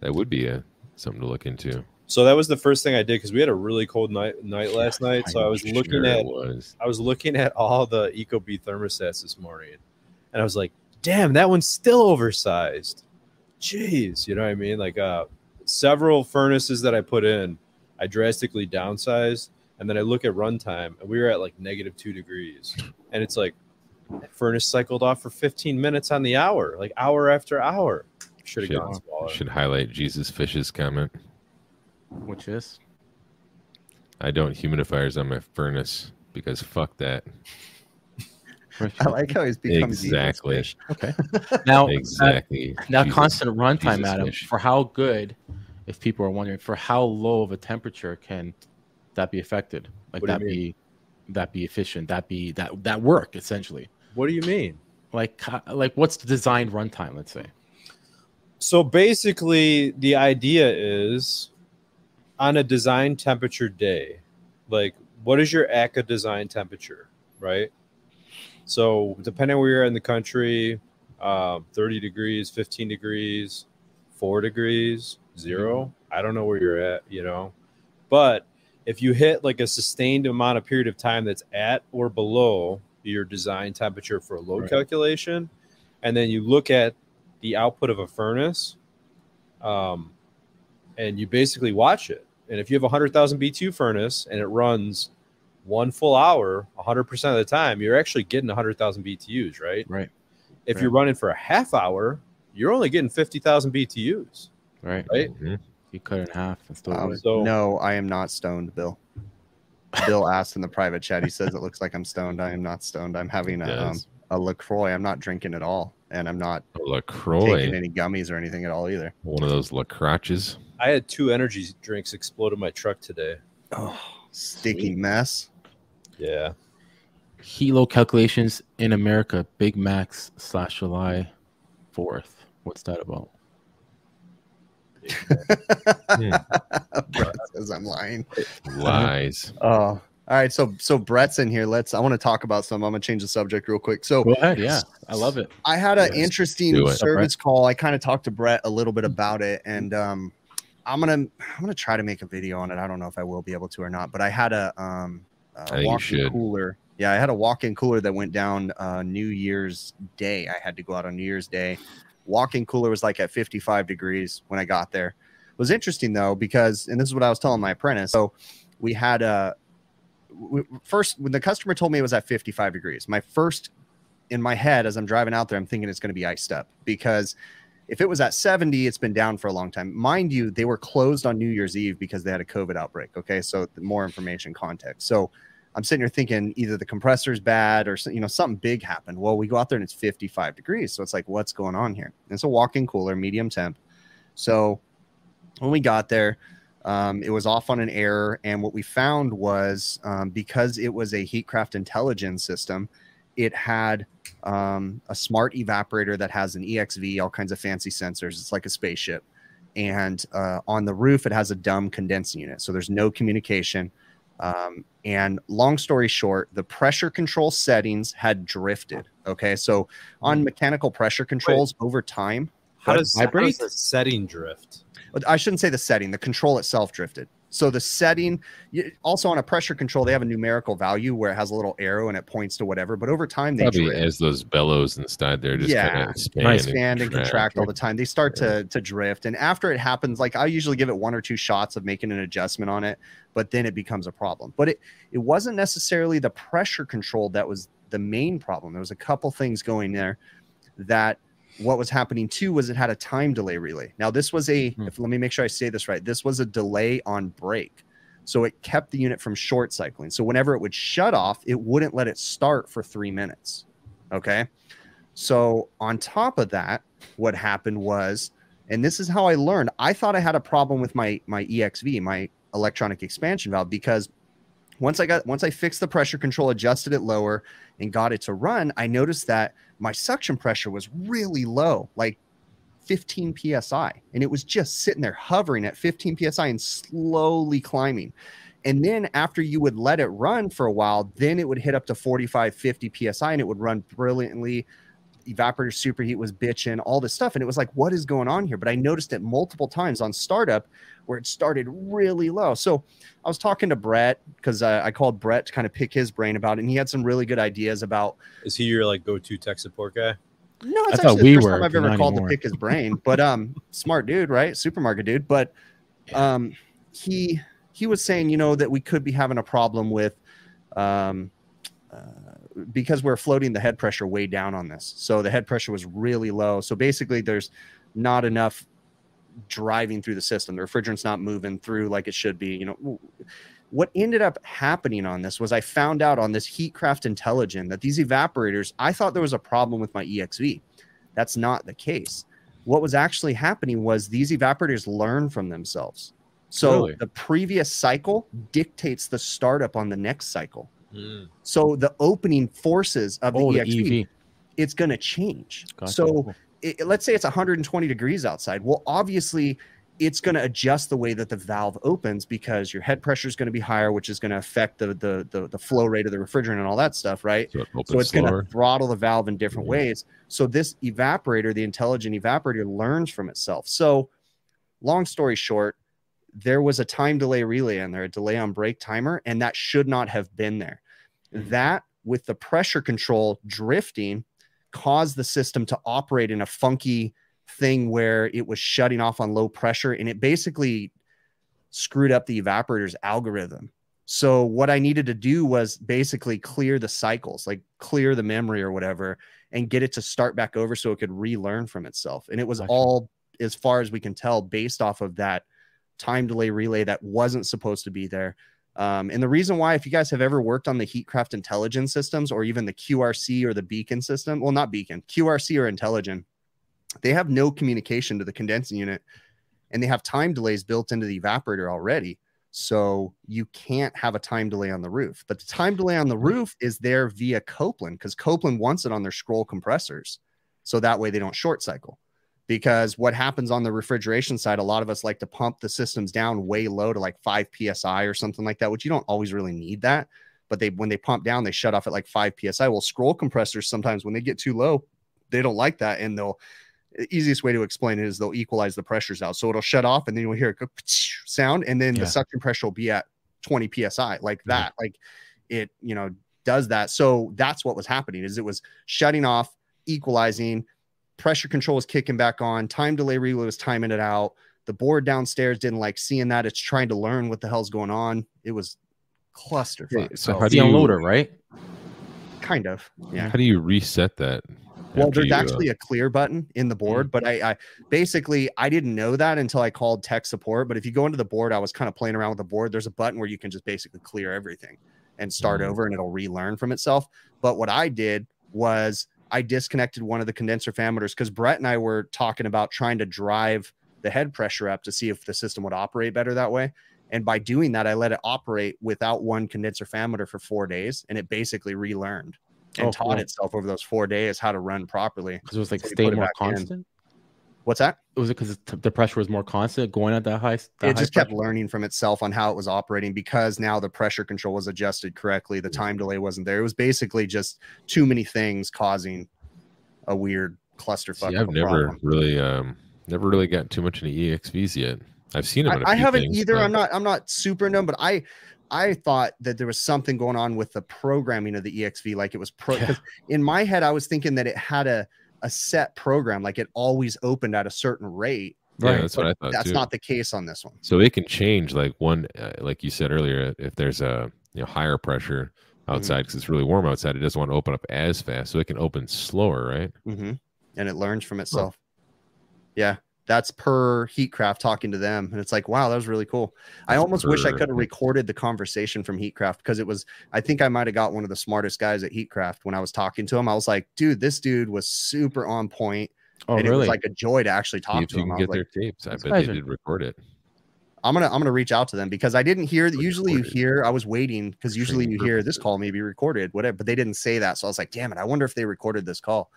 S3: That would be a, something to look into.
S2: So that was the first thing I did because we had a really cold night night last night. So I
S3: I'm
S2: was looking
S3: sure
S2: at
S3: it was.
S2: I was looking at all the Ecobee thermostats this morning, and I was like, "Damn, that one's still oversized." Jeez, you know what I mean? Like, uh, several furnaces that I put in, I drastically downsized, and then I look at runtime, and we were at like negative two degrees, and it's like furnace cycled off for 15 minutes on the hour, like hour after hour. Should have
S3: Shit.
S2: gone smaller.
S3: Should highlight Jesus Fish's comment.
S4: Which is
S3: I don't humidifiers on my furnace because fuck that.
S1: I like how he's become Jesus
S3: Exactly.
S1: Fish. Oh,
S4: now uh,
S3: exactly.
S4: Now,
S3: Jesus.
S4: constant runtime,
S3: Jesus
S4: Adam,
S3: fish.
S4: for how good, if people are wondering, for how low of a temperature can that be affected? Like
S2: What do you
S4: that be that be efficient? That be that that work essentially?
S2: What do you mean?
S4: Like ca- like what's the designed runtime? Let's say
S2: So basically, the idea is on a design temperature day, like what is your ACA design temperature, right? So depending where you're in the country, um, 30 degrees, 15 degrees, four degrees, 0 I don't know where you're at, you know, but if you hit like a sustained amount of period of time that's at or below your design temperature for a load
S4: Right.
S2: calculation, and then you look at the output of a furnace, um, and you basically watch it. And if you have a hundred thousand B2 furnace and it runs one full hour, hundred percent of the time, you're actually getting hundred thousand BTUs, right?
S4: Right.
S2: If you're running for a half hour, you're only getting fifty thousand BTUs.
S4: right?
S2: Right.
S3: Mhm.
S4: You cut it in half and still
S1: *laughs* Um,
S4: would.
S2: So-
S1: no, I am not stoned, Bill. Bill asked in the private chat. He says it looks like I'm stoned. I am not stoned. I'm having a, um,
S3: Yes.
S1: a Lacroix. I'm not drinking at all, and I'm not
S3: Lacroix,
S1: taking any gummies or anything at all either.
S3: one of those lacroches.
S2: I had two energy drinks explode in my truck today.
S1: Oh, sticky mess.
S2: Yeah.
S4: heat load calculations in America. Big Max slash July fourth. What's that about?
S1: Brett says I'm lying. Uh-huh.
S3: Lies.
S1: Oh, all right. So so Brett's in here. Let's. I want to talk about some. I'm gonna change the subject real quick. So
S4: Go ahead. Yeah, I love it.
S1: I had an
S3: Yes, do
S1: interesting
S3: it.
S1: service call. I kind of talked to Brett a little bit about it, and um, I'm gonna I'm gonna try to make a video on it. I don't know if I will be able to or not, but I had a um
S3: think
S1: a
S3: you
S1: walk-in
S3: should.
S1: cooler. Yeah, I had a walk-in cooler that went down uh, New Year's Day. I had to go out on New Year's Day. Walk-in cooler was like at 55 degrees when I got there. It was interesting though because, and this is what I was telling my apprentice. So we had a w- w- first when the customer told me it was at 55 degrees my first in my head as i'm driving out there i'm thinking it's going to be iced up because If it was at 70, it's been down for a long time. Mind you, they were closed on New Year's Eve because they had a COVID outbreak. Okay. So th- more information context. So I'm sitting here thinking either the compressor's bad or, so- you know, something big happened. Well, we go out there and it's 55 degrees. So it's like, what's going on here? And it's a walk in cooler, medium temp. So when we got there, um, it was off on an error. And what we found was um, because it was a Heatcraft intelligence system, it had um, a smart evaporator that has an EXV, all kinds of fancy sensors. It's like a spaceship. And uh, on the roof, it has a dumb condensing unit. So there's no communication. Um, and long story short, the pressure control settings had drifted. Okay. So on mechanical pressure controls over time,
S2: How
S1: What?
S2: does, how does
S4: Vibrate?
S2: the setting drift?
S1: I shouldn't say the setting, the control itself drifted. So the setting, you- also on a pressure control, they have a numerical value where it has a little arrow and it points to whatever. But over time, they
S3: Probably
S1: drift.
S3: as those bellows inside there just
S1: Yeah.
S3: kind of expand,
S1: They expand and contract all the time. They start to
S3: Yeah.
S1: to drift, and after it happens, like I usually give it one or two shots of making an adjustment on it, but then it becomes a problem. But it it wasn't necessarily the pressure control that was the main problem. There was a couple things going there that what was happening too was it had a time delay relay. Now this was a
S3: Hmm.
S1: if let me make sure I say this right. This was a delay on break. So it kept the unit from short cycling. So whenever it would shut off, it wouldn't let it start for 3 minutes. Okay? So on top of that, what happened was, and this is how I learned. I thought I had a problem with my my EXV, my electronic expansion valve, because once I got once I fixed the pressure control, adjusted it lower, and got it to run, I noticed that my suction pressure was really low, like 15 psi, and it was just sitting there hovering at 15 psi and slowly climbing. And then after you would let it run for a while, then it would hit up to 45, 50 psi, and it would run brilliantly evaporator superheat was bitching, all this stuff. And it was like, what is going on here? But I noticed it multiple times on startup where it started really low. So I was talking to Brett because uh, I called Brett to kind of pick his brain about it. And he had some really good ideas about,
S2: Is he your like go-to tech support guy?
S1: no, it's
S4: I thought
S1: actually
S4: we
S1: the first
S4: were,
S1: time I've
S4: but
S1: ever
S4: not
S1: called
S4: anymore.
S1: to pick his brain. But um, *laughs* smart dude, right? Supermarket dude. But um, he he was saying, you know, that we could be having a problem with um, uh, because we're floating the head pressure way down on this. So the head pressure was really low. So basically, there's not enough driving through the system. The refrigerant's not moving through like it should be. You know, what ended up happening on this was I found out on this Heatcraft Intelligent that these evaporators, I thought there was a problem with my EXV. That's not the case. What was actually happening was these evaporators learn from themselves. So
S3: Really?
S1: the previous cycle dictates the startup on the next cycle. So the opening forces of the
S4: Oh, the
S1: EXV,
S4: EV.
S1: it's going to change.
S4: Gotcha.
S1: So it, it- let's say it's 120 degrees outside. Well, obviously, it's going to adjust the way that the valve opens because your head pressure is going to be higher, which is going to affect the, the the the flow rate of the refrigerant and all that stuff, right?
S3: So it opens
S1: So it's going
S3: slower.
S1: to throttle the valve in different
S3: Mhm.
S1: ways. So this evaporator, the intelligent evaporator, learns from itself. So, long story short, there was a time delay relay in there, a delay on brake timer, and that should not have been there. That with the pressure control drifting caused the system to operate in a funky thing where it was shutting off on low pressure and it basically screwed up the evaporator's algorithm. So what I needed to do was basically clear the cycles, like clear the memory or whatever, and get it to start back over so it could relearn from itself. And it was
S4: Gotcha.
S1: all, as far as we can tell, based off of that time delay relay that wasn't supposed to be there. Um, and the reason why, if you guys have ever worked on the Heatcraft intelligence systems or even the QRC or the beacon system, well, not beacon, QRC or intelligent, they have no communication to the condensing unit and they have time delays built into the evaporator already. So you can't have a time delay on the roof. But the time delay on the roof is there via Copeland because Copeland wants it on their scroll compressors. So that way they don't short cycle. Because what happens on the refrigeration side, a lot of us like to pump the systems down way low to like 5 psi or something like that, which you don't always really need that. But they when they pump down, they shut off at like 5 psi. Well, scroll compressors sometimes when they get too low, they don't like that and they'll e, easiest way to explain it is they'll equalize the pressures out. So it'll shut off and then you'll hear a go *laughs* sound and then
S4: Yeah.
S1: the suction pressure will be at 20 psi
S3: Mm-hmm.
S1: like that. Like it, you know, does that. So that's what was happening is it was shutting off, equalizing, pressure control was kicking back on, time delay relay was timing it out. The board downstairs didn't like seeing that. It's trying to learn what the hell's going on. It was clusterfuck.
S3: Yeah, so
S1: so
S3: how
S4: It's the
S3: do you-
S4: unloader, right?
S1: kind of. Yeah.
S3: How do you reset that?
S1: Well,
S3: after
S1: there's
S3: you, uh, Mm.
S1: actually a clear button in the board, but I, I basically I didn't know that until I called tech support. But if you go into the board, I was kind of playing around with the board. There's a button where you can just basically clear everything and start
S3: Mm.
S1: over, and it'll relearn from itself. But what I did was I disconnected one of the condenser fan motors because Brett and I were talking about trying to drive the head pressure up to see if the system would operate better that way. And by doing that, I let it operate without one condenser fan motor for four days, and it basically relearned and
S4: Oh,
S1: taught
S4: cool.
S1: itself over those four days how to run properly.
S4: because it was like
S1: So you
S4: stay
S1: put it
S4: more
S1: back in.
S4: constant.
S1: What's that?
S4: Was it because the pressure was more constant going at that high? That
S1: it
S4: high
S1: just kept
S4: pressure?
S1: learning from itself on how it was operating because now the pressure control was adjusted correctly. The time delay wasn't there. It was basically just too many things causing a weird clusterfuck.
S3: See,
S1: of
S3: I've
S1: a
S3: never
S1: problem.
S3: really, um, never really got too much into EXVs yet. I've seen them. in a
S1: I, I
S3: few
S1: haven't
S3: things,
S1: either.
S3: but
S1: I'm not. I'm not super known, but I, I thought that there was something going on with the programming of the EXV. Like it was pro. 'cause In my head, I was thinking that it had a a set program, like it always opened at a certain rate.
S3: Yeah,
S4: Right,
S3: that's what I thought.
S1: That's
S3: too.
S1: not the case on this one.
S3: So they can change like one, uh, like you said earlier, if there's a you know higher pressure
S1: Mhm.
S3: outside because it's really warm outside, it doesn't want to open up as fast, so it can open slower, right?
S1: hmm and it learns from itself. Yeah, that's per Heatcraft talking to them, and it's like, wow, that was really cool. I
S3: That's
S1: almost wish I
S3: per-
S1: could have recorded the conversation from Heatcraft because it was. I think I might have got one of the smartest guys at Heatcraft when I was talking to him. I was like, dude, this dude was super on point,
S4: Oh,
S1: and it
S4: really?
S1: was like a joy to actually
S3: See
S1: talk
S3: if
S1: to
S3: you
S1: him.
S3: can
S1: I
S3: get
S1: was like,
S3: their tapes. I
S4: These
S3: bet
S4: guys
S3: they
S4: are-
S3: did record it.
S1: I'm gonna I'm gonna reach out to them because I didn't hear.
S3: Like
S1: Usually, you
S3: recorded.
S1: hear. I was waiting because usually you
S3: Streaming
S1: hear this
S3: purposes.
S1: call may be recorded, whatever. But they didn't say that, so I was like, damn it, I wonder if they recorded this call.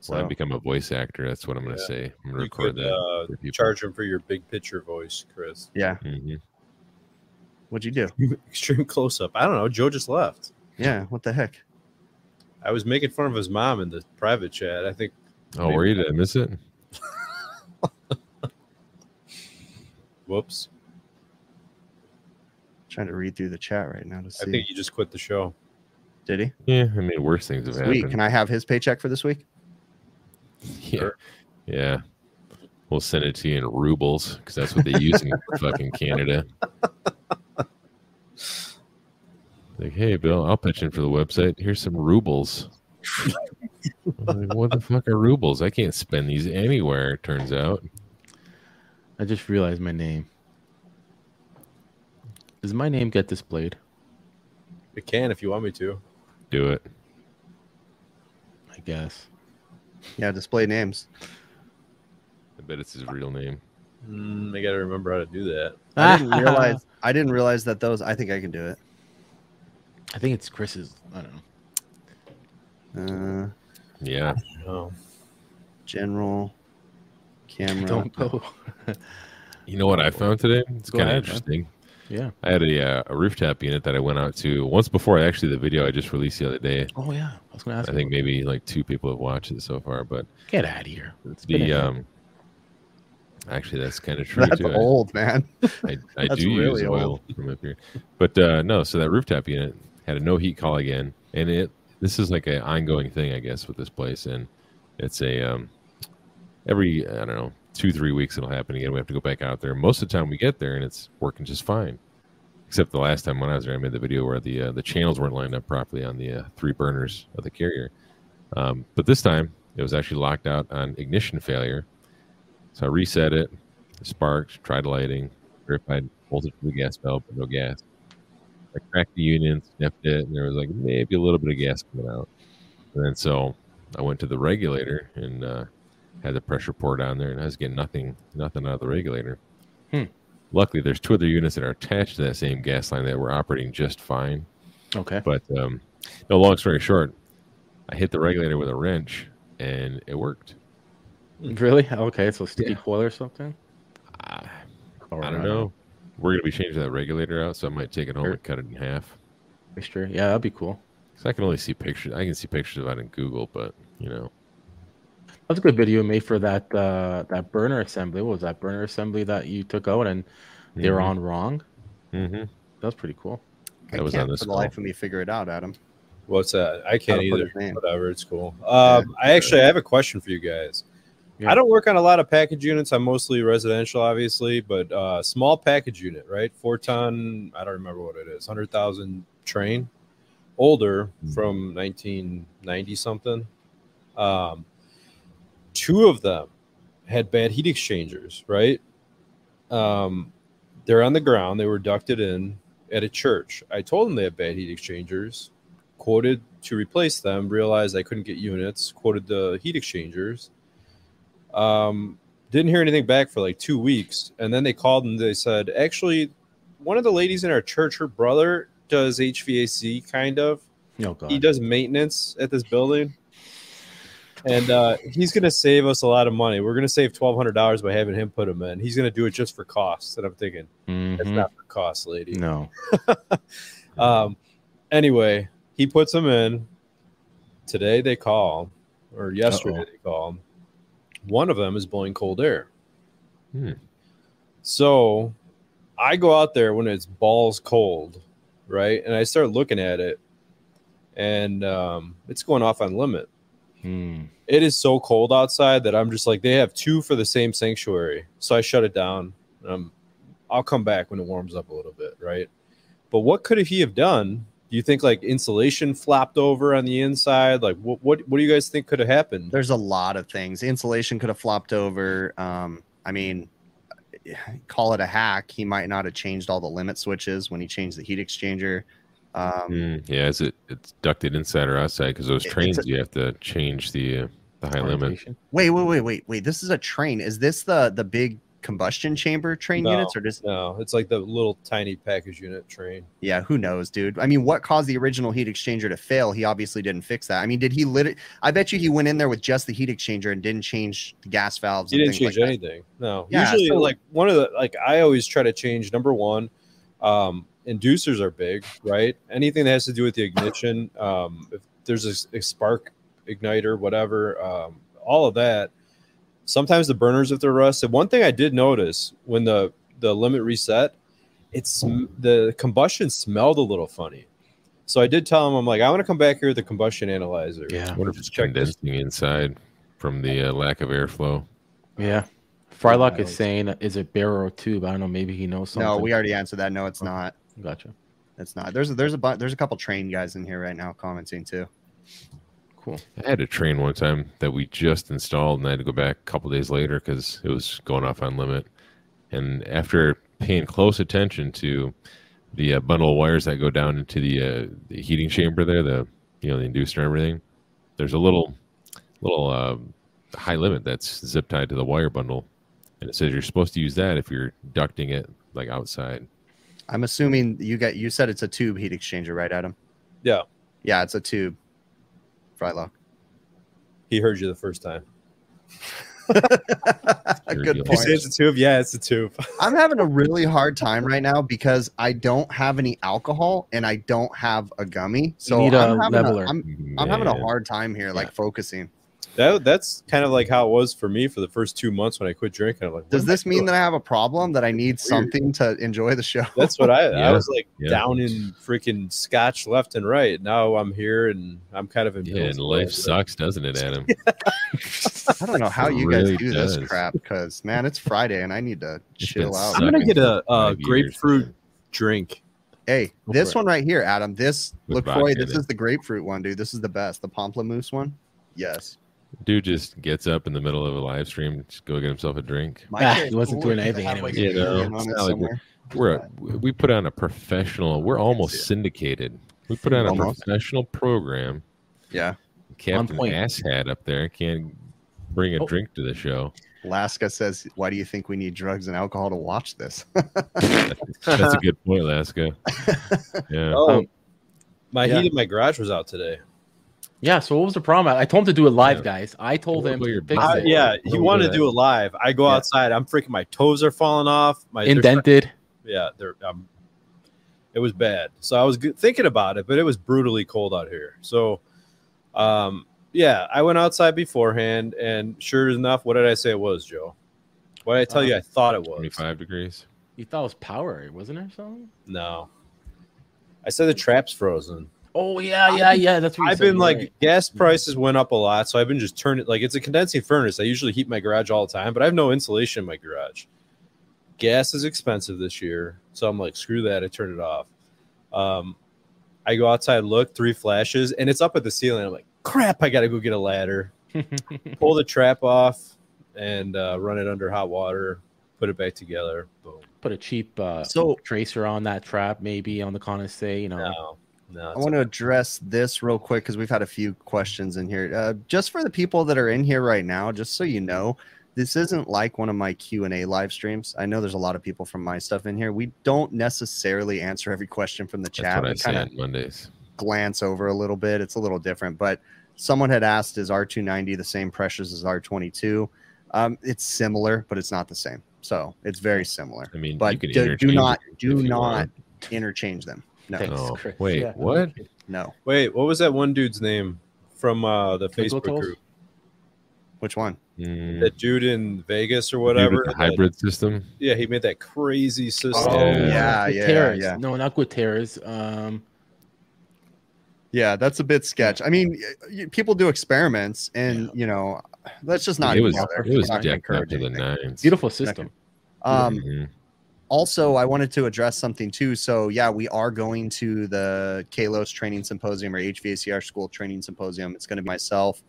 S3: So I become a voice actor. That's what I'm going to
S2: Yeah.
S3: say. I'm going to
S2: You
S3: record
S2: could
S3: that.
S2: uh,
S3: for people.
S2: charge them for your big picture voice, Chris. *laughs*
S3: Mhm.
S1: what'd you do?
S2: Extreme close up. I don't know. Joe just left.
S1: Yeah, what the heck?
S2: I was making fun of his mom in the private chat. I think
S3: Oh, were you? Did I miss it?
S2: whoops.
S1: Trying to read through the chat right now to see.
S2: I think you just quit the show.
S1: Did he?
S3: Yeah, I mean, worse things have
S1: Sweet. Can
S3: happened.
S1: I have his paycheck for this week?
S3: *laughs* Yeah, yeah. We'll send it to you in rubles because that's what they use in fucking Canada. Like, hey, Bill, I'll pitch in for the website. Here's some rubles. I'm like, what the fuck are rubles? I can't spend these anywhere. It turns out.
S4: I just realized my name. Does my name get displayed?
S2: It can if you want me to.
S3: Do it.
S4: I guess.
S1: Yeah, display names.
S3: I bet it's his real name.
S2: Mm, I got to remember how to do that.
S1: I didn't realize I didn't realize that those I think I can do it.
S4: *laughs* I think it's Chris's. I don't know.
S1: Uh
S3: Yeah.
S2: Oh,
S1: general camera.
S4: Don't go.
S3: You know what I found today? It's
S4: Go
S3: kind of
S4: ahead, man.
S3: interesting.
S4: Yeah.
S3: I had a, uh, a rooftop unit that I went out to once before. Actually, the video I just released the other day.
S4: Oh yeah. I was gonna ask.
S3: I think maybe like two people have watched it so far, but
S4: Get out of here. It's been
S3: the
S4: a-
S3: um, actually that's
S4: *laughs*
S3: kind of
S1: *laughs*
S3: true
S1: That's
S3: too. I-
S1: old, man.
S3: I, I
S1: That's
S3: do
S1: really
S3: use oil from up here, but uh, no. So that rooftop unit had a no heat call again, and it this is like an ongoing thing, I guess, with this place, and it's a um, every I don't know two three weeks it'll happen again. We have to go back out there. Most of the time we get there and it's working just fine, except the last time when I was there, I made the video where the uh, the channels weren't lined up properly on the uh, three burners of the carrier. Um, but this time it was actually locked out on ignition failure, so I reset it, sparked, tried lighting, verified voltage for the gas valve, but no gas. I cracked the union, sniffed it, and there was like maybe a little bit of gas coming out. And then so I went to the regulator and uh, had the pressure poured on there, and I was getting nothing, nothing out of the regulator.
S4: Hmm.
S3: Luckily, there's two other units that are attached to that same gas line that were operating just fine.
S4: Okay.
S3: But um, no, long story short, I hit the regulator with a wrench, and it worked.
S4: Really? Oh, Okay. So sticky
S3: Yeah.
S4: coil or something?
S3: I,
S4: Or
S3: Ah, I don't know. We're gonna be changing that regulator out, so I might take it home and cut it in half.
S4: Mixture. Yeah, that'd be cool.
S3: So I can only see pictures. I can see pictures of it in Google, but you know,
S4: That's a good video made for that uh, that burner assembly. What was that burner assembly that you took out and they were on wrong?
S3: Mm-hmm.
S4: That was pretty cool.
S1: I
S3: That was
S1: can't
S3: on this
S1: for the
S3: call.
S1: life of me figure it out, Adam.
S2: what's that? I can't
S1: Gotta put
S2: either.
S1: his name.
S2: Whatever. It's cool. Um, I actually I have a question for you guys.
S4: Yeah.
S2: I don't work on a lot of package units. I'm mostly residential, obviously, but uh, small package unit, right? Four ton. I don't remember what it is. Hundred thousand train, older
S3: Mhm.
S2: from 1990 something. Um, two of them had bad heat exchangers, right? Um, they're on the ground. They were ducted in at a church. I told them they had bad heat exchangers, quoted to replace them, realized I couldn't get units, quoted the heat exchangers. Um, didn't hear anything back for like two weeks. And then they called and they said, actually, one of the ladies in our church, her brother does HVAC kind of.
S4: Oh god.
S2: He does maintenance at this building. And uh, he's going to save us a lot of money. We're going to save $1,200 by having him put them in. He's going to do it just for cost. And I'm thinking,
S3: Mm-hmm.
S4: Mhm.
S2: that's not for cost, lady.
S4: no.
S2: Um, anyway, he puts them in. Today they call, or yesterday
S4: Uh-oh.
S2: they call. One of them is blowing cold air.
S3: Hmm.
S2: So I go out there when it's balls cold, right? And I start looking at it, and um, it's going off on limit.
S4: Hmm.
S3: Mm.
S2: It is so cold outside that I'm just like, they have two for the same sanctuary. So I shut it down. Um, I'll come back when it warms up a little bit, right? But what could he have done? Do you think like insulation flopped over on the inside? Like what what what do you guys think could have happened?
S1: There's a lot of things. Insulation could have flopped over. Um, I mean, call it a hack. He might not have changed all the limit switches when he changed the heat exchanger. Um,
S3: Mm, yeah, is it it's ducted inside or outside? Because those
S1: It- it's
S3: trains,
S1: a-
S3: you have to change the uh, the high limit.
S4: Orientation.
S1: Wait, wait, wait, wait, wait. This is a train. Is this the the big combustion chamber train
S2: No.
S1: units or just
S2: No, it's like the little tiny package unit train.
S1: yeah, who knows, dude? I mean, what caused the original heat exchanger to fail? He obviously didn't fix that. I mean, did he lit I bet you he went in there with just the heat exchanger and didn't change the gas valves.
S2: He
S1: and
S2: didn't
S1: things
S2: change
S1: like that.
S2: anything. No.
S1: Yeah,
S2: Usually
S1: so-
S2: like one of the like I always try to change number one. Um inducers are big, right? Anything that has to do with the ignition, um if there's a, a spark igniter, whatever, um, all of that. Sometimes the burners if they're rusted. One thing I did notice when the the limit reset, it's the combustion smelled a little funny. So I did tell him I'm like I want to come back here with the combustion analyzer.
S3: I
S4: Yeah.
S3: wonder if it's
S2: Check this.
S3: condensing inside from the uh, lack of airflow.
S4: Yeah. Frylock
S2: Miles.
S4: is saying, "Is it bear or tube?" I don't know. Maybe he knows something.
S1: No, we already answered that. No, it's not.
S4: Gotcha.
S1: It's not. There's a, there's a bu- there's a couple train guys in here right now commenting too.
S4: Cool.
S3: I had a train one time that we just installed, and I had to go back a couple days later because it was going off on limit. And after paying close attention to the uh, bundle of wires that go down into the, uh, the heating chamber there, the you know the inducer and everything, there's a little little uh, high limit that's zip tied to the wire bundle, and it says you're supposed to use that if you're ducting it like outside.
S1: I'm assuming you got you said it's a tube heat exchanger, right, Adam?
S2: Yeah.
S1: Yeah, it's a tube. Frylock.
S2: He heard you the first time.
S3: Sure
S1: Good
S3: deal.
S2: You
S1: point.
S2: say it's a tube? Yeah, it's a tube.
S1: I'm having a really hard time right now because I don't have any alcohol and I don't have a gummy. So
S4: need a
S1: I'm, having
S4: leveler.
S1: A, I'm, I'm having a
S3: Man.
S1: hard time here, like focusing.
S2: That that's kind of like how it was for me for the first two months when I quit drinking. I'm like,
S1: Does
S2: what am I
S1: this mean
S2: doing?
S1: that I have a problem that I need something to enjoy the show? *laughs*
S2: That's what I I
S3: Yeah,
S2: was like
S3: yeah.
S2: down in freaking scotch left and right. Now I'm here and I'm kind of in.
S3: Yeah, and life sucks, doesn't it, Adam?
S1: I don't know how
S3: It
S1: you guys
S3: really
S1: do
S3: does.
S1: this crap because man, it's Friday and I need to
S3: It's
S1: chill
S3: been
S1: out.
S2: I'm gonna
S3: Sucking
S2: get a uh,
S3: five years,
S2: grapefruit
S3: man.
S2: drink.
S1: Hey,
S2: Go
S1: this
S2: for
S1: one right here, Adam. This
S3: With
S1: Lacroix.
S3: vodka
S1: This
S3: in it.
S1: is the grapefruit one, dude. This is the best. The pamplemousse one. Yes.
S3: Dude just gets up in the middle of a live stream, just go get himself a drink.
S1: My
S4: Ah,
S1: favorite
S4: he wasn't
S1: one
S4: doing
S1: is to
S4: anything
S1: have, like,
S3: anyway.
S1: a
S3: You know,
S1: million on
S3: it's
S1: it
S3: not like
S1: somewhere.
S3: We're a, we put on a professional. We're almost syndicated. We put on a
S1: Almost.
S3: professional program.
S1: Yeah.
S3: Captain
S4: point.
S3: Asshat up there can't bring a
S4: Oh.
S3: drink to the show.
S1: Alaska says, "Why do you think we need drugs and alcohol to watch this?" *laughs*
S3: That's a good point, Alaska. Yeah.
S2: Oh,
S4: Um,
S2: my
S4: yeah.
S2: heat in my garage was out today.
S4: Yeah. So what was the problem? I I told him to do it live,
S3: Yeah.
S4: guys. I told
S3: Don't
S4: him
S3: blow
S4: to
S3: your
S4: fix
S3: mind.
S2: I-
S4: it.
S2: yeah, he
S3: Don't
S2: wanted
S3: do
S2: to
S3: that.
S2: do it live. I go
S4: Yeah.
S2: outside. I'm freaking. My toes are falling off. My they're
S4: Indented.
S2: yeah, they're um, it was bad. So I was g- thinking about it, but it was brutally cold out here. So, um, yeah, I went outside beforehand, and sure enough, what did I say it was, Joe? What did I tell you? I thought it was.
S3: 25 degrees.
S4: You thought it was power, wasn't it? Something.
S2: No, I said the trap's frozen.
S4: Oh yeah, yeah, yeah. That's what you
S2: I've
S4: said,
S2: been
S4: you're
S2: like
S4: right.
S2: gas prices went up a lot, so I've been just turning like it's a condensing furnace. I usually heat my garage all the time, but I have no insulation in my garage. Gas is expensive this year, so I'm like, screw that. I turn it off. Um, I go outside, look, three flashes, and it's up at the ceiling. I'm like, crap, I gotta go get a ladder. pull the trap off and uh, run it under hot water, put it back together. Boom.
S4: Put a cheap uh,
S1: So-
S4: tracer on that trap, maybe on the condensate. You know,
S2: No, no.
S1: I want to address this real quick because we've had a few questions in here. Uh, just for the people that are in here right now, just so you know, this isn't like one of my Q and A live streams. I know there's a lot of people from my stuff in here. We don't necessarily answer every question from the
S3: That's
S1: chat.
S3: what I
S1: We
S3: say
S1: kind of
S3: on Mondays.
S1: glance over a little bit. It's a little different, but someone had asked, "Is R290 the same pressures as R22?" Um, it's similar, but it's not the same. So it's very similar.
S3: I mean, you
S1: But
S3: can
S1: do, do
S3: interchange
S1: not
S3: it
S1: do
S3: if you
S1: not
S3: want.
S1: interchange them. No,
S4: Thanks,
S3: Oh,
S4: Chris.
S3: wait,
S4: Yeah.
S3: what?
S1: no.
S2: Wait, what was that one dude's name from uh, the
S4: Twinkle
S2: Facebook
S4: Toes?
S2: group?
S1: Which one?
S3: Mm,
S2: That dude in Vegas or
S3: maybe
S2: whatever.
S3: the
S2: that-
S3: hybrid system.
S2: yeah, he made that crazy system.
S3: Oh,
S1: yeah, yeah,
S4: Gutierrez.
S1: yeah.
S4: No, not Gutierrez. Um,
S1: Yeah, that's a bit sketch. I mean, y- y- people do experiments, and
S4: Yeah.
S1: you know, let's just not.
S3: it was
S1: bother.
S3: it was
S1: We're not gonna
S3: decked up
S1: encourage
S3: to the
S1: anything.
S3: nines.
S4: beautiful system.
S1: Um,
S3: Mhm.
S1: also, I wanted to address something too. So, yeah, we are going to the Kalos Training Symposium or HVACR School Training Symposium. It's going to be myself,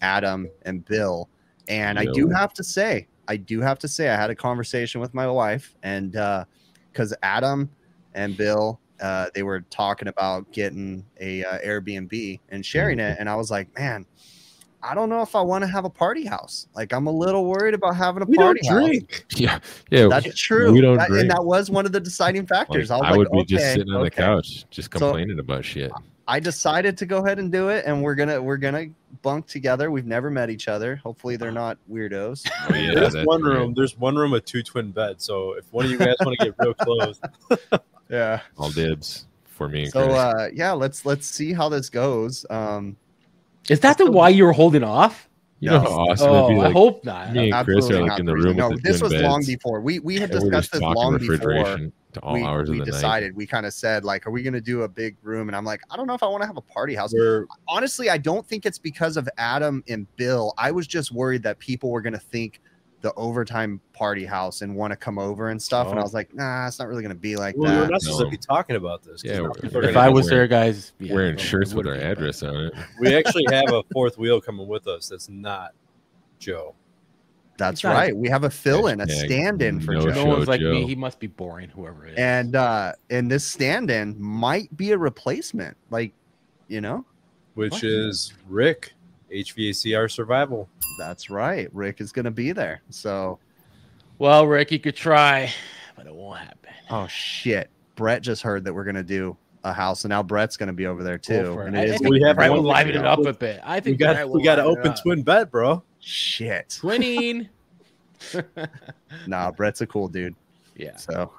S1: Adam, and Bill. And I do
S3: Yo.
S1: have to say, I do have to say, I had a conversation with my wife, and because Adam and Bill, uh, they were talking about getting a uh, Airbnb and sharing
S2: Mm-hmm.
S1: it, and I was like, man. I don't know if I want to have a party house. Like I'm a little worried about having a
S2: We don't
S1: party house.
S2: drink.
S3: *laughs* Yeah, yeah.
S1: That's true.
S3: We don't
S1: That-
S3: drink.
S1: and that was one of the deciding factors.
S3: Like,
S1: I was
S3: I would
S1: like,
S3: be
S1: okay,
S3: just sitting on the
S1: okay.
S3: couch, just
S1: So-
S3: complaining
S1: *laughs*
S3: about shit.
S1: I decided to go ahead and do it, and we're gonna we're gonna bunk together. We've never met each other. Hopefully, they're not weirdos.
S3: Oh, yeah,
S2: there's
S3: that's
S2: one
S3: weird.
S2: room. There's one room with two twin beds. So if one of you guys want to get
S1: *laughs*
S2: real close,
S1: yeah.
S3: All dibs for me. And
S1: So
S3: Chris.
S1: uh, yeah, let's let's see how this goes. Um,
S4: Is that the why you were holding off?
S3: you know
S1: no.
S3: how awesome
S4: oh,
S3: it'd be
S4: I
S3: like,
S4: hope not.
S3: me and Chris
S1: absolutely
S3: are like
S1: not
S3: in the
S1: reason.
S3: room
S1: No,
S3: with the
S1: this
S3: twin
S1: was
S3: beds.
S1: long before we we had
S3: and we're
S1: discussed
S3: just
S1: this
S3: talking
S1: long before.
S3: refrigeration to all
S1: we,
S3: hours
S1: we
S3: of the
S1: decided we kind of said like are we going to do a big room and i'm like i don't know if i want to have a party house
S2: we're
S1: honestly, I don't think it's because of Adam and Bill. I was just worried that people were going to think the overtime party house and want to come over and stuff. And
S2: Oh.
S1: I was like, nah, it's not really going to be like
S2: well, we're
S1: that.
S2: not supposed to
S3: No.
S2: be talking about this. 'cause
S3: Yeah,
S2: now
S3: we're-
S2: people are
S4: If
S2: gonna-
S4: I was
S3: Wearing-
S4: there, guys,
S3: night.
S4: yeah,
S3: Wearing
S4: it
S3: shirts with our
S4: would've been better.
S3: address on it.
S2: we actually have a fourth wheel coming with us. That's not Joe.
S1: That's
S4: Right.
S1: right. We have a fill in, a
S3: Hashtag
S1: stand in for
S3: no
S1: Joe.
S3: show.
S4: No one's like
S3: Joe.
S4: me. He must be boring. Whoever it is.
S1: And uh and this stand in might be a replacement. Like, you know,
S2: which
S1: What?
S2: is Rick, HVACR survival.
S1: that's right. Rick is gonna be there. So
S4: well, Rick, you could try, but it won't happen.
S1: oh shit. Brett just heard that we're gonna do a house, and now Brett's gonna be over there
S4: Go
S1: too.
S4: for it.
S1: And
S4: I
S1: it is
S4: think
S2: We have
S4: Brett will
S2: one
S4: liven
S2: thing
S4: it
S2: now.
S4: up a bit. I
S2: We
S4: think Brett
S2: got
S4: will
S2: we got to
S4: liven it
S2: open
S4: up.
S2: twin bed, bro.
S1: shit. *laughs*
S4: Twinning.
S1: Nah, Brett's a cool dude.
S4: yeah.
S1: So,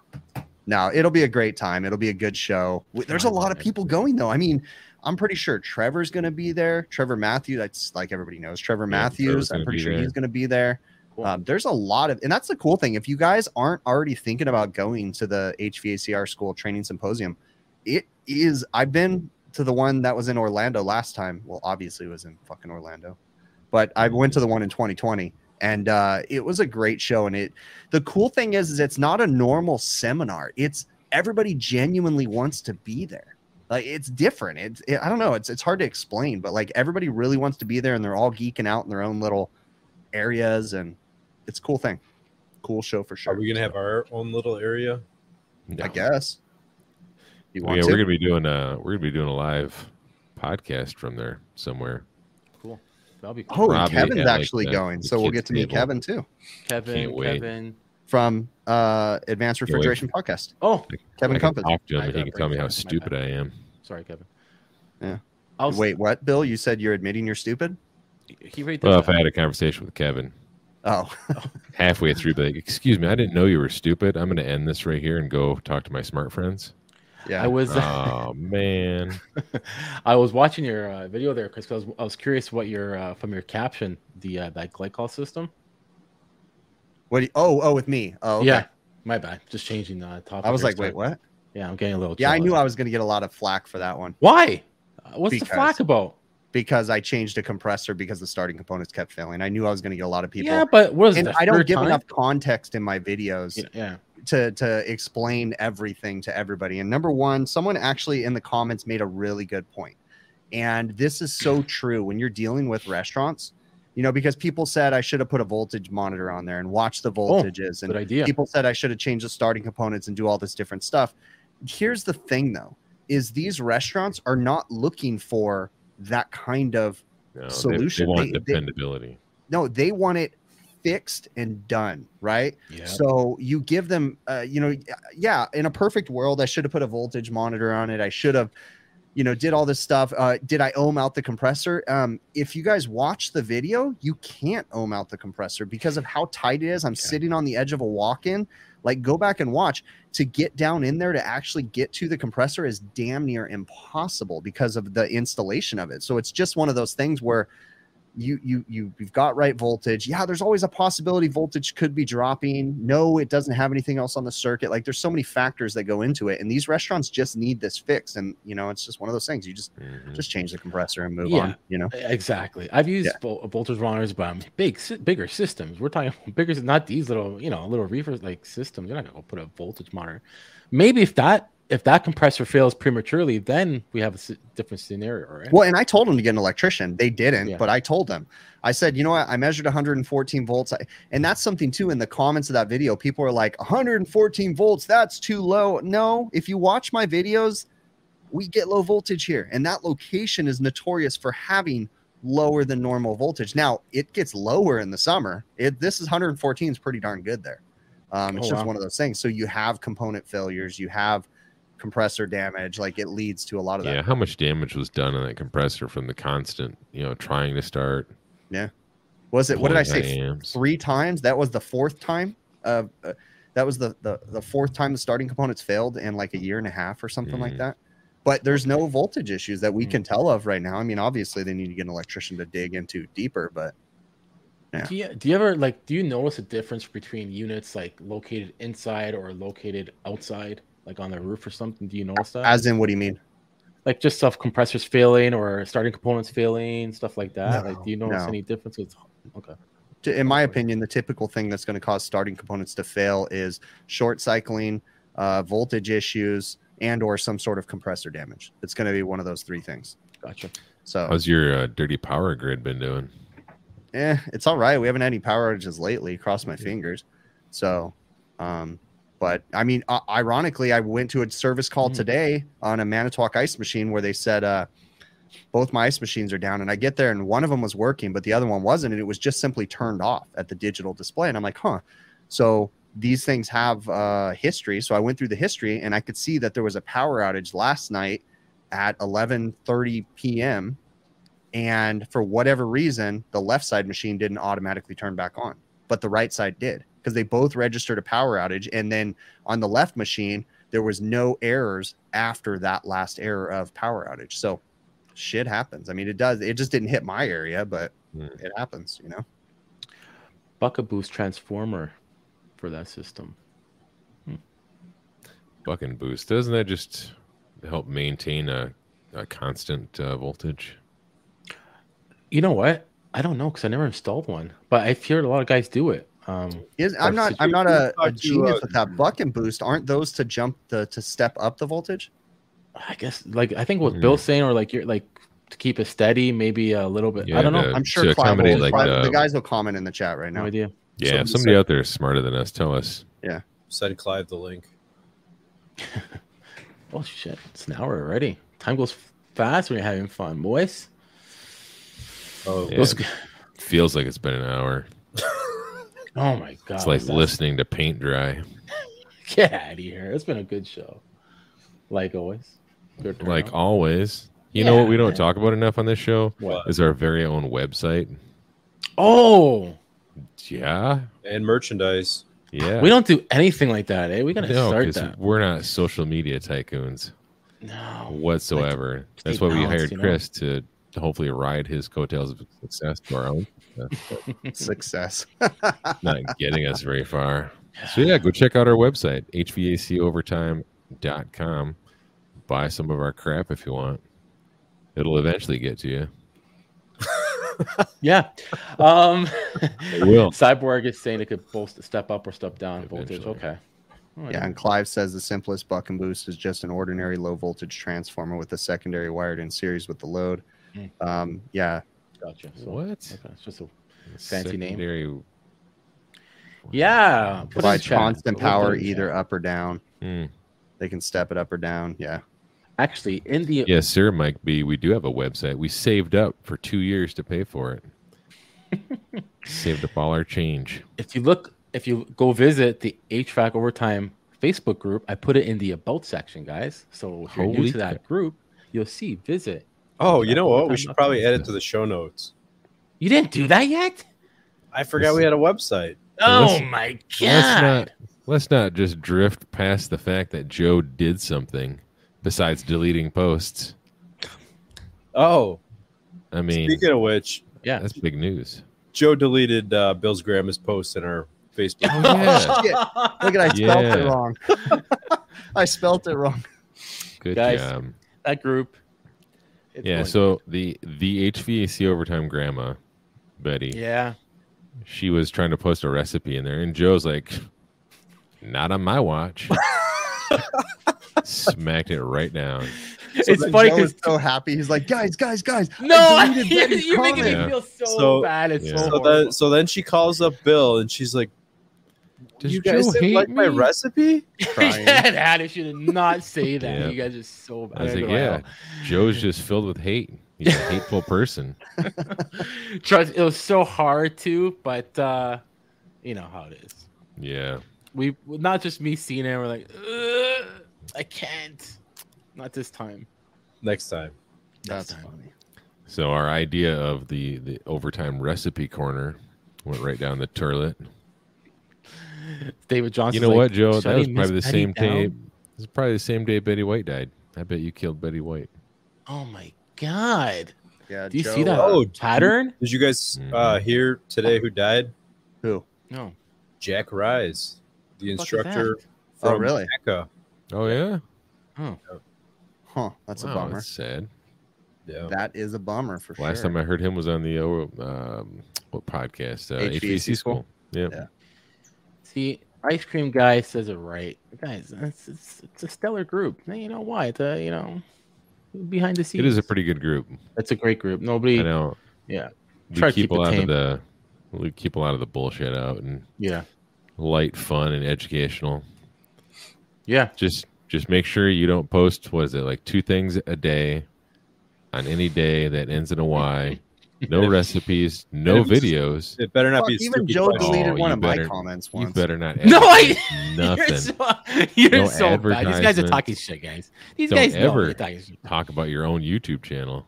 S1: no, it'll be a great time. It'll be a good show. W- There's a lot of people going though. I mean, I'm pretty sure Trevor's going to be there. Trevor Matthews, that's like everybody knows. Trevor Matthews,
S3: Trevor's
S1: I'm
S3: gonna
S1: pretty
S3: be
S1: sure
S3: there.
S1: he's going to be there.
S4: Cool.
S1: Um, there's a lot of, and that's the cool thing. If you guys aren't already thinking about going to the HVACR school training symposium, it is. I've been to the one that was in Orlando last time. Well, obviously it was in fucking Orlando, but I went to the one in 2020, and uh, it was a great show. And it, the cool thing is, is it's not a normal seminar. It's everybody genuinely wants to be there. Like it's different. It's it, I don't know. It's it's hard to explain, but like everybody really wants to be there, and they're all geeking out in their own little areas, and it's a cool thing. Cool show for sure.
S2: Are we gonna have our own little area?
S3: No.
S1: I guess. You
S3: Well,
S1: want
S3: yeah,
S1: to?
S3: we're gonna be doing a we're gonna be doing a live podcast from there somewhere.
S4: Cool. That'll be
S1: Oh, and
S4: cool.
S3: probably
S1: Kevin's
S3: at, like,
S1: actually
S3: the-
S1: going,
S3: the
S1: so we'll
S3: kids'
S1: get to meet
S3: table.
S1: Kevin too
S4: Kevin.
S3: can't wait.
S4: Kevin.
S1: from uh Advanced
S3: Can't wait.
S1: Refrigeration Podcast.
S4: Oh,
S1: Kevin
S3: I can
S1: Compass.
S3: talk to him
S4: I
S3: and he can
S4: gotta break
S3: tell me
S4: that.
S3: how
S4: My
S3: stupid
S4: bad.
S3: I am.
S4: sorry, Kevin.
S1: Yeah.
S4: I was,
S1: Wait, what, Bill? You said you're admitting you're stupid?
S4: He right there.
S3: Well, if I had a conversation with Kevin
S1: Oh, *laughs*
S3: halfway through, be like, "Excuse me, I didn't know you were stupid. I'm gonna end this right here and go talk to my smart friends."
S1: yeah.
S3: *laughs*
S4: I was.
S3: oh *laughs* man,
S4: *laughs* I was watching your uh, video there because I was, I was curious what your uh, from your caption the uh, that glycol system.
S1: what? do you- oh, oh, with me. Oh, okay.
S4: Yeah, my bad. Just changing the uh, topic.
S1: I was
S4: here,
S1: like,
S4: sorry.
S1: wait, what?
S4: Yeah, I'm getting a little.
S1: Yeah, I
S4: chilly.
S1: knew I was going to get a lot of flack for that one
S4: Why? Uh, What's the
S1: Because-
S4: flack about?
S1: because I changed a compressor because the starting components kept failing. I knew I was going to get a lot of people.
S4: Yeah, but what is
S1: and
S4: it? the
S1: I don't
S4: third
S1: give
S4: time?
S1: enough context in my videos
S4: Yeah, yeah.
S1: to to explain everything to everybody. And number one, someone actually in the comments
S4: *clears throat*
S1: made a really good point. And this is so true when you're dealing with restaurants. you know, because people said I should have put a voltage monitor on there and watch the voltages.
S4: Oh,
S1: and
S4: Good idea.
S1: people said I should have changed the starting components and do all this different stuff. Here's the thing though, is these restaurants are not looking for that kind of
S3: No, they-
S1: Solution.
S3: They, want
S1: They- they-
S3: dependability.
S1: no, they want it fixed and done, right?
S4: Yeah.
S1: So you give them, uh, you know, yeah. In a perfect world, I should have put a voltage monitor on it. I should have, you know, did all this stuff. Uh, did I ohm out the compressor? Um, if you guys watch the video, you can't ohm out the compressor because of how tight it is. I'm sitting on the edge of a walk-in. Like, go back and watch to get down in there to actually get to the compressor is damn near impossible because of the installation of it. So it's just one of those things where you you you you've got right voltage. Yeah, there's always a possibility voltage could be dropping. No, it doesn't have anything else on the circuit. Like there's so many factors that go into it, and these restaurants just need this fixed. And you know, it's just one of those things. You just
S3: Mhm.
S1: just change the compressor and move
S4: Yeah.
S1: on. You know,
S4: Exactly. I've used
S1: Yeah.
S4: vol- voltage monitors, but um, big, sy- bigger systems. We're talking *laughs* bigger, not these little, you know, little reefer like systems. You're not gonna go put a voltage monitor. Maybe if that if that compressor fails prematurely, then we have a s- different scenario, right?
S1: Well, and I told them to get an electrician. They didn't,
S4: Yeah.
S1: but I told them. I said, you know what? I measured 114 volts. I, and that's something too in the comments of that video. People are like, 114 volts, that's too low. No, if you watch my videos, we get low voltage here. And that location is notorious for having lower than normal voltage. Now, it gets lower in the summer. It this is 114 is pretty darn good there. Um, it's
S4: Oh,
S1: just
S4: wow.
S1: one of those things. So you have component failures, you have compressor damage, like it leads to a lot of that.
S3: Yeah, how much damage was done on that compressor from the constant, you know, trying to start?
S1: Was it what did I
S3: pulling
S1: say?
S3: high amps?
S1: three times. That was the fourth time. Uh, uh, that was the, the the fourth time the starting components failed in like a year and a half or something like
S3: Mm.
S1: that. But there's no voltage issues that we
S4: Mm.
S1: can tell of right now. I mean, obviously they need to get an electrician to dig into deeper, but yeah.
S4: Do you, do you ever like do you notice a difference between units like located inside or located outside, like on the roof or something? Do you notice that?
S1: as in, what do you mean?
S4: like just stuff compressors failing or starting components failing, stuff like that. like,
S1: No,
S4: do you notice
S1: no.
S4: any oh, differences? Okay.
S1: to- in my opinion, the typical thing that's going to cause starting components to fail is short cycling, uh, voltage issues, and or some sort of compressor damage. It's going to be one of those three things.
S4: Gotcha.
S1: So,
S3: How's your uh, dirty power grid been doing?
S1: eh, it's all right. We haven't had any power outages lately. Cross my fingers. So, um, but I mean, uh, ironically, I went to a service call
S4: Mm.
S1: today on a Manitowoc ice machine where they said, uh, both my ice machines are down and I get there and one of them was working, but the other one wasn't. And it was just simply turned off at the digital display. And I'm like, huh. So these things have uh, history. So I went through the history and I could see that there was a power outage last night at 11:30 p.m. And for whatever reason, the left side machine didn't automatically turn back on, but the right side did because they both registered a power outage. And then on the left machine, there was no errors after that last error of power outage. So shit happens. I mean, it does. It just didn't hit my area, but
S3: Hmm.
S1: it happens, you know?
S4: Buckaboo's transformer for that system.
S3: Bucking boost. Doesn't that just help maintain a, a constant uh, voltage?
S4: You know what? I don't know because I never installed one, but I've heard a lot of guys do it. Um,
S1: Is, I'm
S4: Or
S1: not.
S4: should
S1: I'm
S2: you-
S1: not
S2: you
S1: a,
S2: talk
S1: a
S2: to,
S1: genius
S2: uh,
S1: with that buck and boost. Aren't those to jump the to step up the voltage?
S4: I guess like I think what
S1: Hmm.
S4: Bill's saying, or like you're like to keep it steady, maybe a little bit. I don't know.
S3: the-
S1: I'm sure
S3: Uh, to
S1: Clive
S3: accommodate
S1: will-
S3: like
S1: Clive-
S3: the,
S1: the guys will comment in the chat right
S4: No
S1: now.
S4: idea.
S3: yeah.
S2: somebody
S3: If somebody
S2: said-
S3: out there is smarter than us, tell us.
S2: Send Clive the link.
S4: Oh shit! It's an hour already. Time goes fast when you're having fun, boys.
S2: Oh,
S3: Yeah.
S4: Those-
S3: Feels like it's been an hour.
S4: oh my god!
S3: It's like
S4: was that-
S3: listening to paint dry.
S4: *laughs* Get out of here! It's been a good show. Like always. Good turn
S3: Like
S4: out.
S3: always. You know
S4: Yeah,
S3: what we don't
S4: man.
S3: talk about enough on this show
S2: What?
S3: is our very own website.
S4: Oh,
S3: Yeah.
S2: and merchandise.
S3: Yeah.
S4: we don't do anything like that, eh? We gotta
S3: No,
S4: start
S3: 'cause
S4: that.
S3: we're not social media tycoons
S4: No.
S3: whatsoever. That's
S4: stay
S3: why we
S4: balanced,
S3: hired
S4: you know?
S3: Chris to, to hopefully ride his coattails of success to our own,
S1: Success.
S3: not getting us very far. So yeah, go check out our website, hvacovertime.com. Buy some of our crap if you want. It'll eventually get to you.
S4: Yeah. Um *laughs*
S3: It will.
S4: Cyborg is saying it could both step up or step down voltage.
S3: Eventually.
S4: Okay. Alright.
S1: Yeah, and Clive says the simplest buck and boost is just an ordinary low voltage transformer with a secondary wired in series with the load.
S4: Mm.
S1: Um, yeah,
S4: Gotcha. So,
S3: What?
S4: Okay. It's just a Fancy name.
S3: name.
S4: Yeah. put it in
S1: Provides
S4: chat.
S1: constant
S4: We'll put it
S1: power
S4: in chat.
S1: either up or down.
S3: Hmm.
S1: They can step it up or down. Yeah.
S4: Actually, in the
S3: Yeah, Sarah Mike B, we do have a website. We saved up for two years to pay for
S4: *laughs*
S3: it. saved up all our change.
S4: if you look if you go visit the HVAC overtime Facebook group, I put it in the about section, guys. So if you're
S3: Holy
S4: new to that
S3: crap.
S4: group, you'll see visit.
S2: Oh, you know what? We should probably add it to the show notes.
S4: You didn't do that yet? Oh
S2: I forgot we had a website.
S3: Well, let's-
S4: my god.
S3: Let's not let's not just drift past the fact that Joe did something besides deleting posts.
S2: Oh,
S3: I mean,
S2: speaking of which,
S4: yeah.
S3: that's big news.
S2: Joe deleted uh, Bill's grandma's post in our Facebook.
S1: *laughs*
S3: Oh, yeah.
S1: Shit. *laughs* Look at I spelt
S3: Yeah.
S1: it wrong. *laughs* I spelt it wrong.
S3: Good
S4: Guys,
S3: job.
S4: That group. it's
S3: Yeah,
S4: going-
S3: so the the HVAC overtime grandma, Betty,
S4: yeah.
S3: she was trying to post a recipe in there, and Joe's like, "Not on my
S4: *laughs*
S3: watch." Smacked it right down.
S1: So
S4: it's
S1: then
S4: funny
S1: Joe is
S4: because
S1: so happy. He's like, guys, guys, guys. I
S4: *laughs* no, I-
S1: deleted Betty's
S4: you're *laughs* making me
S1: comment."
S3: Yeah.
S4: feel so,
S2: So-
S4: bad. It's
S3: Yeah.
S4: so,
S2: So,
S4: Oh, horrible.
S2: then,
S4: *laughs*
S2: so then she calls up Bill and she's like,
S3: Does
S2: "You guys
S3: Joe
S2: didn't
S3: hate
S2: like my
S3: me?
S2: recipe?"
S1: Crying.
S4: yeah, Dad, you should not say that.
S3: Yeah.
S4: You guys are so bad.
S3: I was
S4: don't
S3: like,
S4: know
S3: "Yeah, Joe's just filled with hate. He's a *laughs* hateful person."
S4: how. *laughs* Trust it was so hard to, but uh you know how it is.
S3: Yeah,
S4: we not just me seeing it. We're like, "Ugh, I can't, not this time.
S2: Next time,
S1: That's
S4: Next time.
S1: funny.
S3: So our idea of the the overtime recipe corner went right down the toilet.
S4: David Johnson.
S3: you know what, Joe? That was probably the same day. This is probably the same day Betty White died. I bet you killed Betty White.
S4: Oh my god!
S1: Yeah.
S4: Do you
S1: Joe,
S4: see that
S1: uh,
S2: Oh,
S4: pattern?
S2: did you guys uh, hear today who died?
S1: who?
S4: No.
S2: Jack Rise, the
S4: fuck is that?
S2: instructor
S1: Oh,
S2: from
S1: really?
S2: NECA.
S3: Oh yeah,
S1: Huh. That's
S3: Wow,
S1: a bummer.
S3: That's sad.
S2: Yeah.
S1: That is a bummer for
S3: Last
S1: sure.
S3: time I heard him was on the uh, um, what podcast? Uh,
S1: HVAC
S3: HVAC, school.
S1: school.
S3: Yeah.
S1: Yeah.
S4: See, ice cream guy says it right, guys. It's, it's, it's a stellar group. You know why? It's a, you know behind the scenes.
S3: it is a pretty good group.
S4: It's a great group.
S3: I
S4: Nobody.
S3: know.
S4: Yeah.
S3: we
S4: Try to
S3: keep,
S4: keep
S3: a
S4: it
S3: lot
S4: tame.
S3: of the we keep a lot of the bullshit out and
S4: Yeah.
S3: light, fun, and educational.
S4: Yeah.
S3: Just just make sure you don't post what is it like two things a day on any day that ends in a Y. *laughs* No recipes, no
S2: And it was-
S3: videos.
S2: It better not
S1: Fuck,
S2: be a
S1: even
S2: stupid
S1: Joe
S2: question.
S1: deleted
S3: Oh,
S1: one
S3: you
S1: of my
S3: better-
S1: comments
S3: You
S1: once.
S3: better not.
S4: *laughs* No, I.
S3: advertise
S4: *laughs* You're
S3: nothing.
S4: so, you're
S3: No
S4: so bad. These guys are
S3: advertisements.
S4: talking shit, guys. These
S3: Don't
S4: guys know
S3: ever-
S4: they're talking shit.
S3: Talk about your own YouTube channel.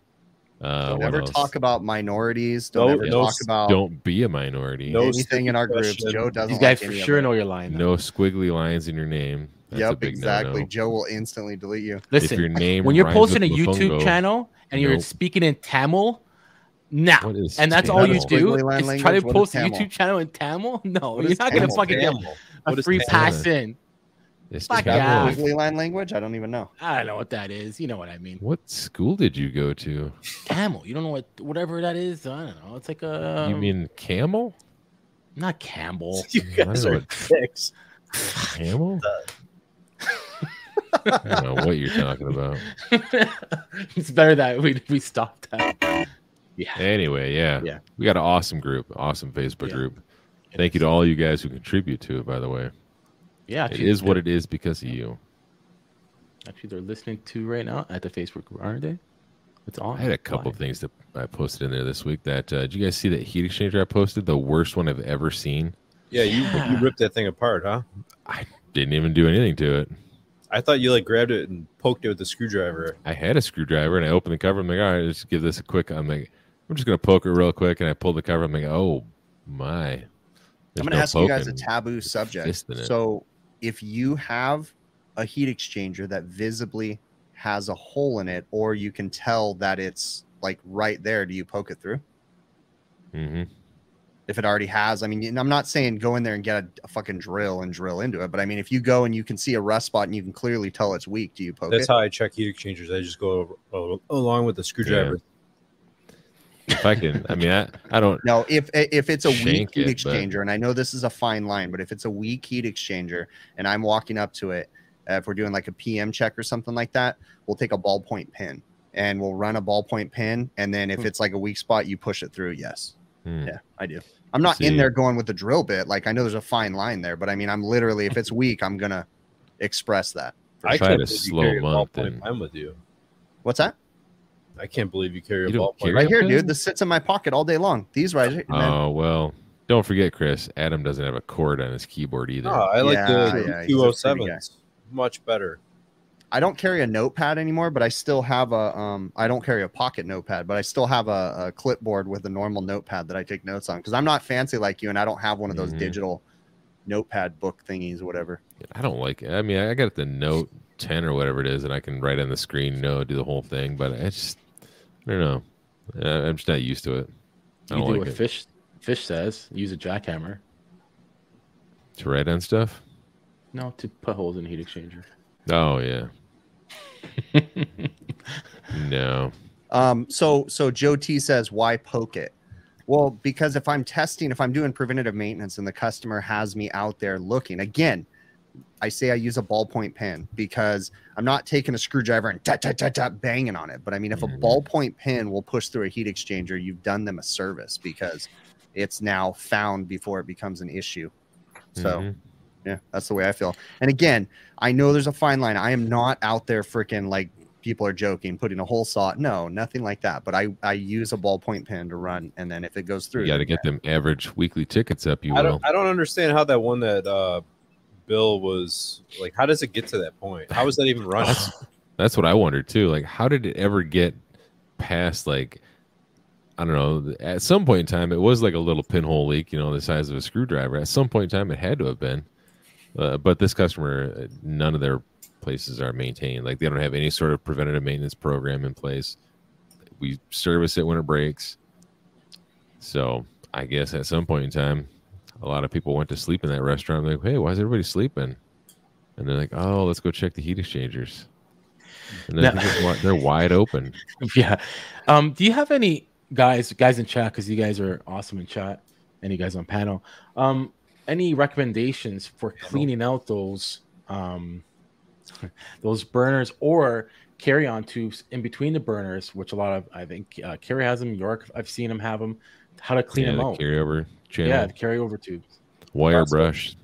S3: Uh,
S1: Don't
S3: what
S1: ever
S3: else?
S1: talk about minorities. Don't
S2: No-
S1: ever
S3: no
S1: talk
S2: s-
S1: about
S3: Don't be a minority.
S2: No
S1: anything in our groups.
S2: question.
S1: Joe doesn't.
S4: These
S1: like
S4: guys for
S1: any of
S4: sure
S1: it.
S4: know you're lying. though.
S3: No squiggly lines in your name. That's a
S1: Yep,
S3: big
S1: exactly.
S3: no-no.
S1: Joe will instantly delete you.
S3: if your
S4: Listen,
S3: name
S4: when you're
S3: rhymes with
S4: posting a YouTube
S3: Mofongo,
S4: channel and you're
S3: Nope.
S4: speaking in Tamil, nah.
S3: what is
S4: And that's
S1: Tamil?
S4: all you
S1: What is
S4: do
S1: squiggly line
S4: is try
S1: language?
S4: to
S1: What is
S4: post a
S1: Tamil?
S4: YouTube channel in Tamil. *laughs* No,
S1: What
S4: you're
S1: is
S4: not gonna
S1: Tamil?
S4: fucking get
S2: What
S4: a
S2: is
S4: free
S2: Tamil?
S4: pass in.
S3: It's
S4: Fuck
S3: Tamil.
S4: off.
S1: Wiggly line language? I don't even know.
S4: I don't know what that is. You know what I mean?
S3: What school did you go to?
S4: Tamil. You don't know what whatever that is. I don't know. It's like a um,
S3: you mean
S4: *laughs*
S3: camel? *laughs*
S4: not Campbell. *laughs*
S2: You guys
S3: Wonder
S2: are
S3: what-
S2: dicks.
S3: Camel? I don't know what you're talking about.
S4: it's better that we we stopped that. Yeah.
S3: Anyway, yeah.
S4: Yeah.
S3: We got an awesome group, awesome Facebook
S4: Yeah.
S3: group. Thank you to all you guys who contribute to it, by the way.
S4: Yeah,
S3: It is what it is because of you.
S4: actually they're listening to right now at the Facebook group, aren't they? It's on.
S3: I had a couple
S4: Live.
S3: of things that I posted in there this week that uh, did you guys see that heat exchanger I posted? The worst one I've ever seen.
S2: Yeah, you
S4: Yeah.
S2: you ripped that thing apart, huh?
S3: Didn't even do anything to it.
S2: I thought you like grabbed it and poked it with a screwdriver.
S3: I had a screwdriver and I opened the cover. I'm like, all right, just give this a quick. I'm like, I'm just gonna poke it real quick, and I pulled the cover. I'm like, oh my.
S1: I'm
S3: There's
S1: going to
S3: no
S1: ask you guys a
S3: poking.
S1: taboo
S3: Just
S1: subject.
S3: fisting it.
S1: So, if you have a heat exchanger that visibly has a hole in it, or you can tell that it's like right there, do you poke it through?
S3: Mhm.
S1: If it already has, I mean, and I'm not saying go in there and get a, a fucking drill and drill into it, but I mean, if you go and you can see a rust spot and you can clearly tell it's weak, do you poke
S2: That's
S1: it?
S2: how I check heat exchangers. I just go al- along with the screwdriver.
S3: If I can, I mean, I,
S1: *laughs*
S3: I don't.
S1: No, if eh, if it's a weak
S3: Shank
S1: heat
S3: it, but-
S1: exchanger, and I know this is a fine line, but if it's a weak heat exchanger, and I'm walking up to it, uh, if we're doing like a PM check or something like that, we'll take a ballpoint pin and we'll run a ballpoint pin, and then if
S4: Hmm.
S1: it's like a weak spot, you push it through. Yes,
S3: Hmm.
S1: Yeah. I do. I'm not
S3: See.
S1: in there going with the drill bit. Like I know there's a fine line there, but I mean, I'm literally if it's weak, I'm gonna express that.
S2: I
S3: Try
S2: can't
S3: to
S2: believe you
S3: slow
S2: carry a
S3: month
S2: ballpoint
S3: and-
S2: pen with you.
S1: What's that?
S2: I can't believe you carry
S3: You
S2: a
S3: don't
S2: ballpoint.
S3: carry
S2: pen.
S1: Right here,
S3: Okay.
S1: dude. This sits in my pocket all day long. These right here. man.
S3: Oh well, don't forget, Chris. Adam doesn't have a cord on his keyboard either.
S1: Ah.
S2: No, I like
S1: Yeah,
S2: the
S1: yeah, he's a
S2: two
S1: pretty
S2: oh seven much better.
S1: I don't carry a notepad anymore, but I still have a um I don't carry a pocket notepad, but I still have a, a clipboard with a normal notepad that I take notes on because I'm not fancy like you and I don't have one of those
S3: Mhm.
S1: digital notepad book thingies, whatever.
S3: I don't like it. I mean, I got the Note 10 or whatever it is, and I can write on the screen, you know, do the whole thing. But I just, I don't know. Uh, I'm just not used to it. I
S4: You do
S3: don't
S4: what
S3: like it.
S4: fish fish says. Use a jackhammer.
S3: To write on stuff?
S4: No, to put holes in a heat exchanger.
S2: *laughs*
S3: Oh, yeah. No.
S1: Um so so Joe T says, why poke it? Well, because if I'm testing, if I'm doing preventative maintenance and the customer has me out there looking, again, I say I use a ballpoint pen because I'm not taking a screwdriver and tap, tap, tap, tap, banging on it. But I mean, if a
S3: Mhm.
S1: ballpoint pen will push through a heat exchanger, you've done them a service because it's now found before it becomes an issue. So,
S3: Mhm.
S1: yeah, that's the way I feel. And again, I know there's a fine line. I am not out there freaking like people are joking, putting a hole saw. No, nothing like that. But I I use a ballpoint pen to run, and then if it goes through,
S3: you got to get them average weekly tickets up, you
S2: I
S3: will.
S2: don't I don't understand how that one that uh Bill was like how does it get to that point? How is that even running?
S3: That's what I wondered too. Like, how did it ever get past like I don't know. At some point in time, it was like a little pinhole leak, you know, the size of a screwdriver. At some point in time, it had to have been. Uh, but this customer, uh, none of their places are maintained. Like they don't have any sort of preventative maintenance program in place. We service it when it breaks. So I guess at some point in time, a lot of people went to sleep in that restaurant. They're like, hey, why is everybody sleeping? And they're like, oh, let's go check the heat exchangers. And then they're
S4: Now-
S3: just wi- they're wide open.
S4: *laughs* yeah. Um, do you have any guys guys in chat because you guys are awesome in chat and you guys on panel? Um, any recommendations for cleaning out those um, *laughs* those burners or carry on tubes in between the burners, which a lot of I think uh, Kerry has them. York, I've seen them have them. How to clean
S3: yeah,
S4: them
S3: the
S4: out?
S3: carryover channel,
S4: yeah, the carryover tubes.
S3: wire
S2: Awesome.
S3: brush,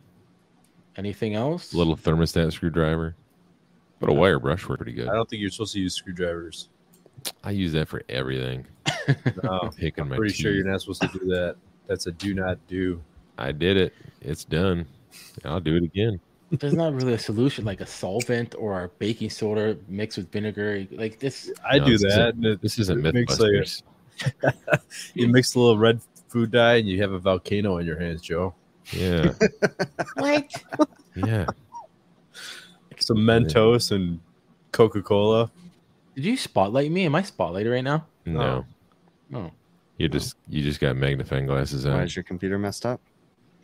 S4: Anything else?
S3: little thermostat screwdriver. But a wire brush worked pretty good.
S2: I don't think you're supposed to use screwdrivers.
S3: I use that for everything. *laughs*
S2: No,
S3: Picking
S2: I'm
S3: my
S2: pretty sure
S3: teeth.
S2: you're not supposed to do that. That's a do not do.
S3: I did it. It's done. I'll do it again.
S4: There's not really a solution like a solvent or a baking soda mixed with vinegar. Like this,
S2: I
S3: No,
S2: do
S3: this isn't-
S2: that. and it-
S3: This isn't
S2: it makes like
S3: Mythbusters.
S2: you mix a little red food dye and you have a volcano in your hands, Joe.
S3: Yeah,
S2: *laughs*
S4: what?
S3: yeah.
S2: Oh. Some Mentos and Coca Cola.
S4: Did you spotlight me? Am I spotlighted right now?
S3: No,
S2: No.
S4: No,
S3: you just you just got magnifying glasses
S1: why
S3: on.
S1: is your computer messed up?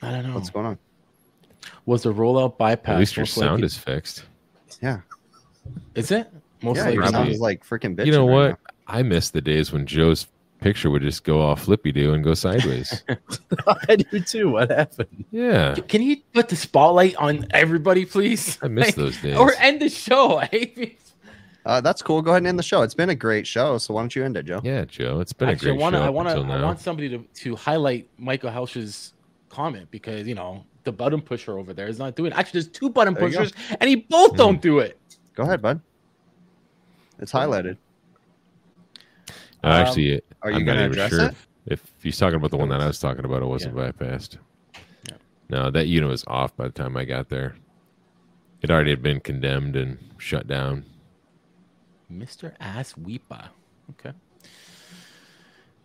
S4: I don't know.
S1: What's going on?
S4: Was the rollout bypass?
S3: At least your
S4: most likely-
S3: sound is fixed.
S4: is it? Most
S1: yeah,
S4: likely.
S1: your
S3: probably-
S1: sound
S4: not.
S1: is like freaking bitching.
S3: You know
S1: right
S3: what?
S1: now.
S3: I miss the days when Joe's picture would just go off flippy do and
S2: *laughs*
S3: go sideways.
S2: *laughs* I do too. What happened?
S3: yeah,
S4: Can you put the spotlight on everybody,
S3: *laughs*
S4: please?
S3: I miss
S4: Like,
S3: those days.
S4: Or end the show. *laughs* I hate it.
S1: Uh, that's cool. Go ahead and end the show. It's been a great show. So why don't you end it, Joe?
S3: Yeah, Joe, it's been
S4: Actually,
S3: a great
S4: I want to.
S3: show
S4: I
S3: up
S4: want to.
S3: until
S4: I
S3: now.
S4: want somebody to to highlight Michael Helsch's comment because you know the button pusher over there is not doing. It. Actually, there's two button
S1: There you go.
S4: pushers, and he both
S3: Hmm.
S4: don't do it.
S1: Go ahead, bud. It's highlighted.
S3: Uh,
S4: um,
S3: Actually,
S1: Are you going
S3: I'm not
S1: to
S3: even
S1: address
S3: sure
S1: it?
S3: If, if he's talking about the one that I was talking about, it wasn't bypassed.
S4: Yeah.
S3: No, that unit was off by the time I got there. It already had been condemned and shut down.
S4: Mr. Ass Weepa. Okay.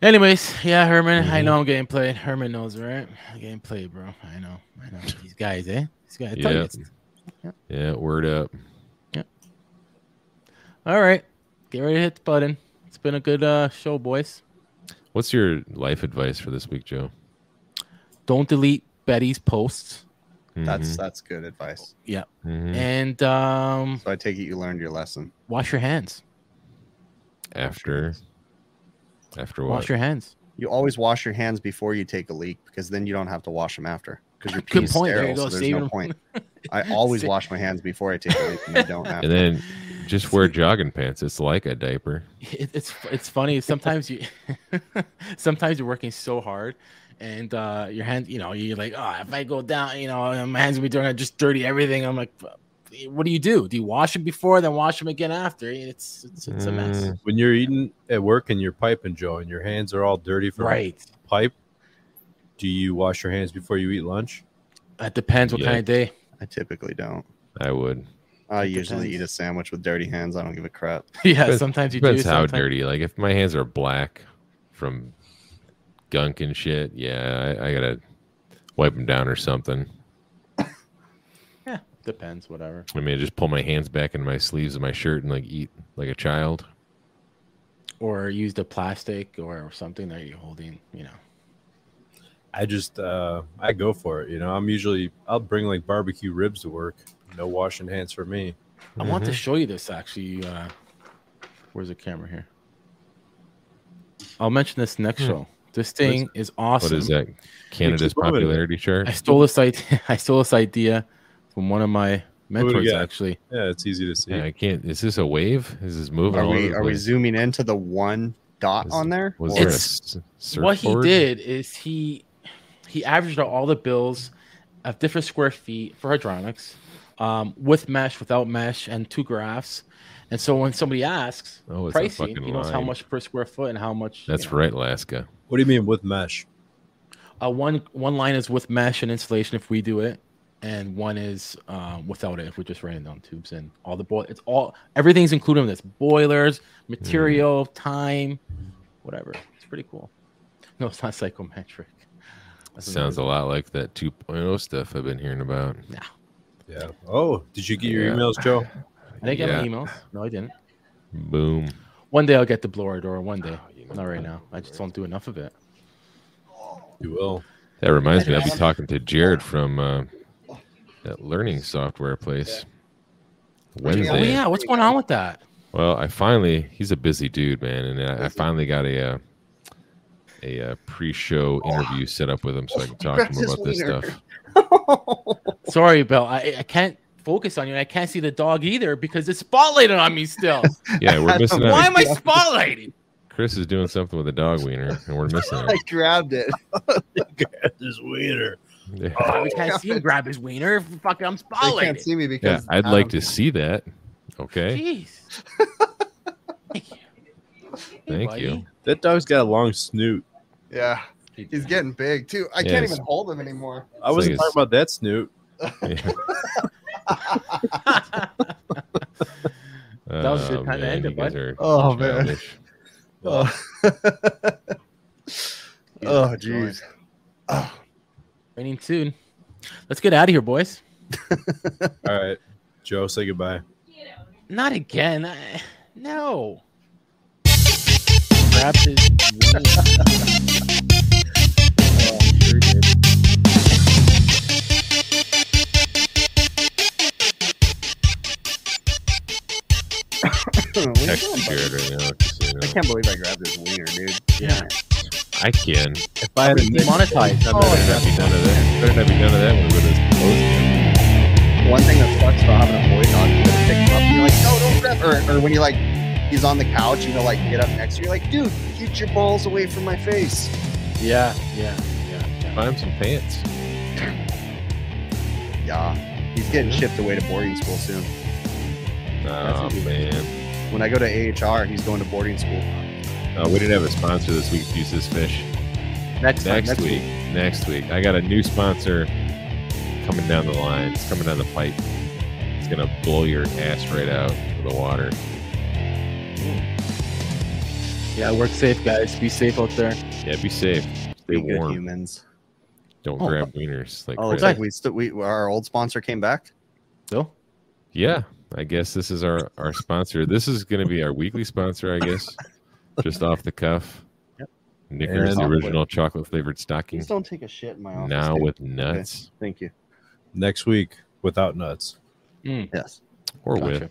S4: Anyways, yeah, Herman. I
S3: Mhm.
S4: know I'm getting played. Herman knows, right? I'm getting played, bro. I know. I know. These guys, eh? These guys. I tell you,
S3: Yeah.
S4: it's-
S3: Yeah, word up.
S4: All right. Get ready to hit the button. It's been a good uh, show, boys.
S3: What's your life advice for this week, Joe?
S4: Don't delete Betty's posts.
S3: Mm-hmm.
S1: That's that's good advice.
S3: Mhm, mhm.
S4: And um,
S1: So I take it you learned your lesson.
S4: wash your hands.
S3: after after what?
S4: Wash your hands.
S1: You always wash your hands before you take a leak because then you don't have to wash them after because your
S4: *laughs* Good
S1: pee's
S4: point. There
S1: sterile.
S4: you go,
S1: so there's
S4: *laughs* saving
S1: no
S4: 'em.
S1: point. I always wash my hands before I take a leak, and I don't
S3: *laughs*
S1: have. to.
S3: And then
S1: *laughs*
S3: just wear jogging pants. It's like a diaper.
S4: it, it's it's funny sometimes you *laughs* sometimes you're working so hard and uh your hand you know you're like oh if i go down you know my hands gonna be dirty I just dirty everything i'm like what do you do do you wash them before then wash them again after it's it's, it's a mess
S3: Mm.
S2: When you're eating at work and you're piping, Joe, and your hands are all dirty from
S4: right
S2: pipe, do you wash your hands before you eat lunch?
S4: that depends what kind of day *laughs*
S1: I typically don't.
S3: I would.
S1: I
S4: It
S1: usually
S4: depends.
S1: eat a sandwich with dirty hands. I don't give a crap.
S4: yeah
S3: Depends-
S4: sometimes you do
S3: Depends how
S4: sometimes-
S3: dirty. Like if my hands are black from gunk and shit, yeah, I, I gotta wipe them down or something.
S4: yeah depends whatever
S3: I mean, I just pull my hands back into my sleeves of my shirt and like eat like a child.
S4: or use the plastic or something that you're holding you know
S2: I just uh I go for it, you know. I'm usually I'll bring like barbecue ribs to work. No washing hands for me.
S4: I want to
S3: Mhm.
S4: show you this actually. Uh, Mm-hmm. where's the camera here? I'll mention this next
S3: Hmm.
S4: show. This thing is awesome.
S3: What is that? Canada's
S2: moving it.
S3: popularity chart.
S4: I stole this idea. *laughs* I stole this idea from one of my mentors
S2: got?
S4: actually.
S2: Yeah, it's easy to see.
S3: Yeah, I can't. Is this a wave? Is this moving?
S1: Are
S3: all over
S1: we
S3: the
S1: are we
S3: place?
S1: zooming into the one dot
S3: Is-
S1: on there? *laughs*
S3: Was
S1: Or-
S3: there a
S4: *laughs* It's-
S3: s- surf
S4: what he
S3: board?
S4: did is he he averaged out all the bills of different square feet for hydronics um, with mesh, without mesh, and two graphs. And so when somebody asks
S3: Oh, it's a
S4: pricing,
S3: fucking
S4: he knows how
S3: line.
S4: much per square foot and how much. you
S3: That's
S4: know.
S3: right, Alaska.
S2: What do you mean with mesh?
S4: Uh, one one line is with mesh and insulation if we do it, and one is um, without it if we're just running down tubes and all the boil. It's all everything's included in this: boilers, material,
S3: Mm-hmm.
S4: time, whatever. It's pretty cool. *laughs* No, it's not psychometric. That's
S3: Sounds a
S4: another-
S3: lot like that 2.0 stuff I've been hearing about.
S2: Yeah. Oh, did you get your
S3: Yeah.
S2: emails,
S4: *sighs*
S2: Joe?
S4: I didn't get
S3: yeah.
S4: my emails. No, I didn't.
S3: Boom.
S4: One day I'll get the blower door. One day,
S3: Oh, you know
S4: not right
S3: what?
S4: now. I just don't do enough of it.
S2: You will.
S3: That reminds me, I'll be talking to Jared from uh, that learning software place Wednesday.
S4: Oh yeah, what's going on with that?
S3: Well, I finally, he's a busy dude, man. And uh, I, I finally got a, uh, a, uh pre show interview set up with him so I can talk to
S1: Grabbed
S3: him
S1: his
S3: about this
S1: wiener.
S3: stuff.
S1: *laughs*
S4: Sorry, Bill. I, I can't focus on you. and I can't see the dog either because it's spotlighted on me
S3: *laughs*
S4: still.
S3: Yeah, we're missing
S4: Why
S3: out.
S4: am I spotlighted?
S3: Chris is doing something with a dog wiener, and we're
S1: *laughs*
S3: missing it.
S1: grabbed
S4: *laughs*
S1: it.
S2: This wiener.
S3: *laughs* Yeah,
S4: we can't see him grab his wiener. Fuck, I'm
S1: They can't
S4: spotlighted.
S1: see me
S3: yeah
S1: because
S3: I'd like to
S1: Adam-
S3: see that. Okay,
S4: Jeez. *laughs* Thank you.
S3: thank you.
S2: That dog's got a long snoot.
S1: Yeah, he's getting big too. I
S3: Yeah,
S1: can't
S3: it's-
S1: even hold him anymore.
S2: I
S3: It's
S2: wasn't
S3: like
S2: talking about
S3: it's-
S2: that snoot.
S3: Yeah.
S4: That was a good
S3: Oh,
S4: time to
S3: man,
S4: end it,
S3: you guys
S4: bud.
S3: are
S1: Oh, man. *laughs*
S3: childish.
S4: *laughs*
S1: Oh, *laughs* oh jeez. Oh,
S4: Raining soon. Let's get out of here, boys.
S2: All right. Joe, say goodbye.
S4: Not again. I- no. Grab his wiener.
S1: sure did. What are you
S3: Text
S1: doing, buddy?
S3: Jared right now. just so you
S1: I
S3: know.
S1: can't believe I grabbed his wiener, dude.
S4: Yeah.
S3: I can.
S2: If I had a
S4: Demonetized.
S2: I better not be done with that. Oh.
S3: Better not be done of that one with us.
S1: One thing that sucks about having a boy dog, you gotta pick him up and you're like, no, don't grab. Or, or when you like, he's on the couch, you know, like get up next to you, you're like, dude, get your balls away from my face.
S4: Yeah. Yeah. Yeah. yeah.
S3: Buy him some pants.
S1: Yeah, he's getting shipped away to boarding school soon.
S3: Oh man.
S1: When I go to AHR, he's going to boarding school.
S3: Uh, we didn't have a sponsor this week. Use this fish.
S4: Next, time,
S3: Next, week, Next week. I got a new sponsor coming down the line. It's coming down the pipe. It's gonna blow your ass right out of the water.
S4: Yeah. Work safe, guys. Be safe out there.
S3: Yeah, be safe. Stay
S1: Be good
S3: warm.
S1: humans.
S3: Don't
S4: Oh.
S3: grab wieners. Like
S1: Oh,
S3: Chris.
S1: it's like we, st- we our old sponsor came back.
S4: Bill.
S3: yeah. I guess this is our our sponsor. This is gonna be our weekly sponsor. I guess. Just off the cuff.
S1: Yep.
S3: Knickers,
S2: And-
S3: the original chocolate flavored stocking.
S1: Please don't take a shit in my office.
S3: Now
S1: dude.
S3: with nuts
S1: Thank you.
S2: Next week without nuts.
S1: Yes.
S3: or
S4: Gotcha.
S3: with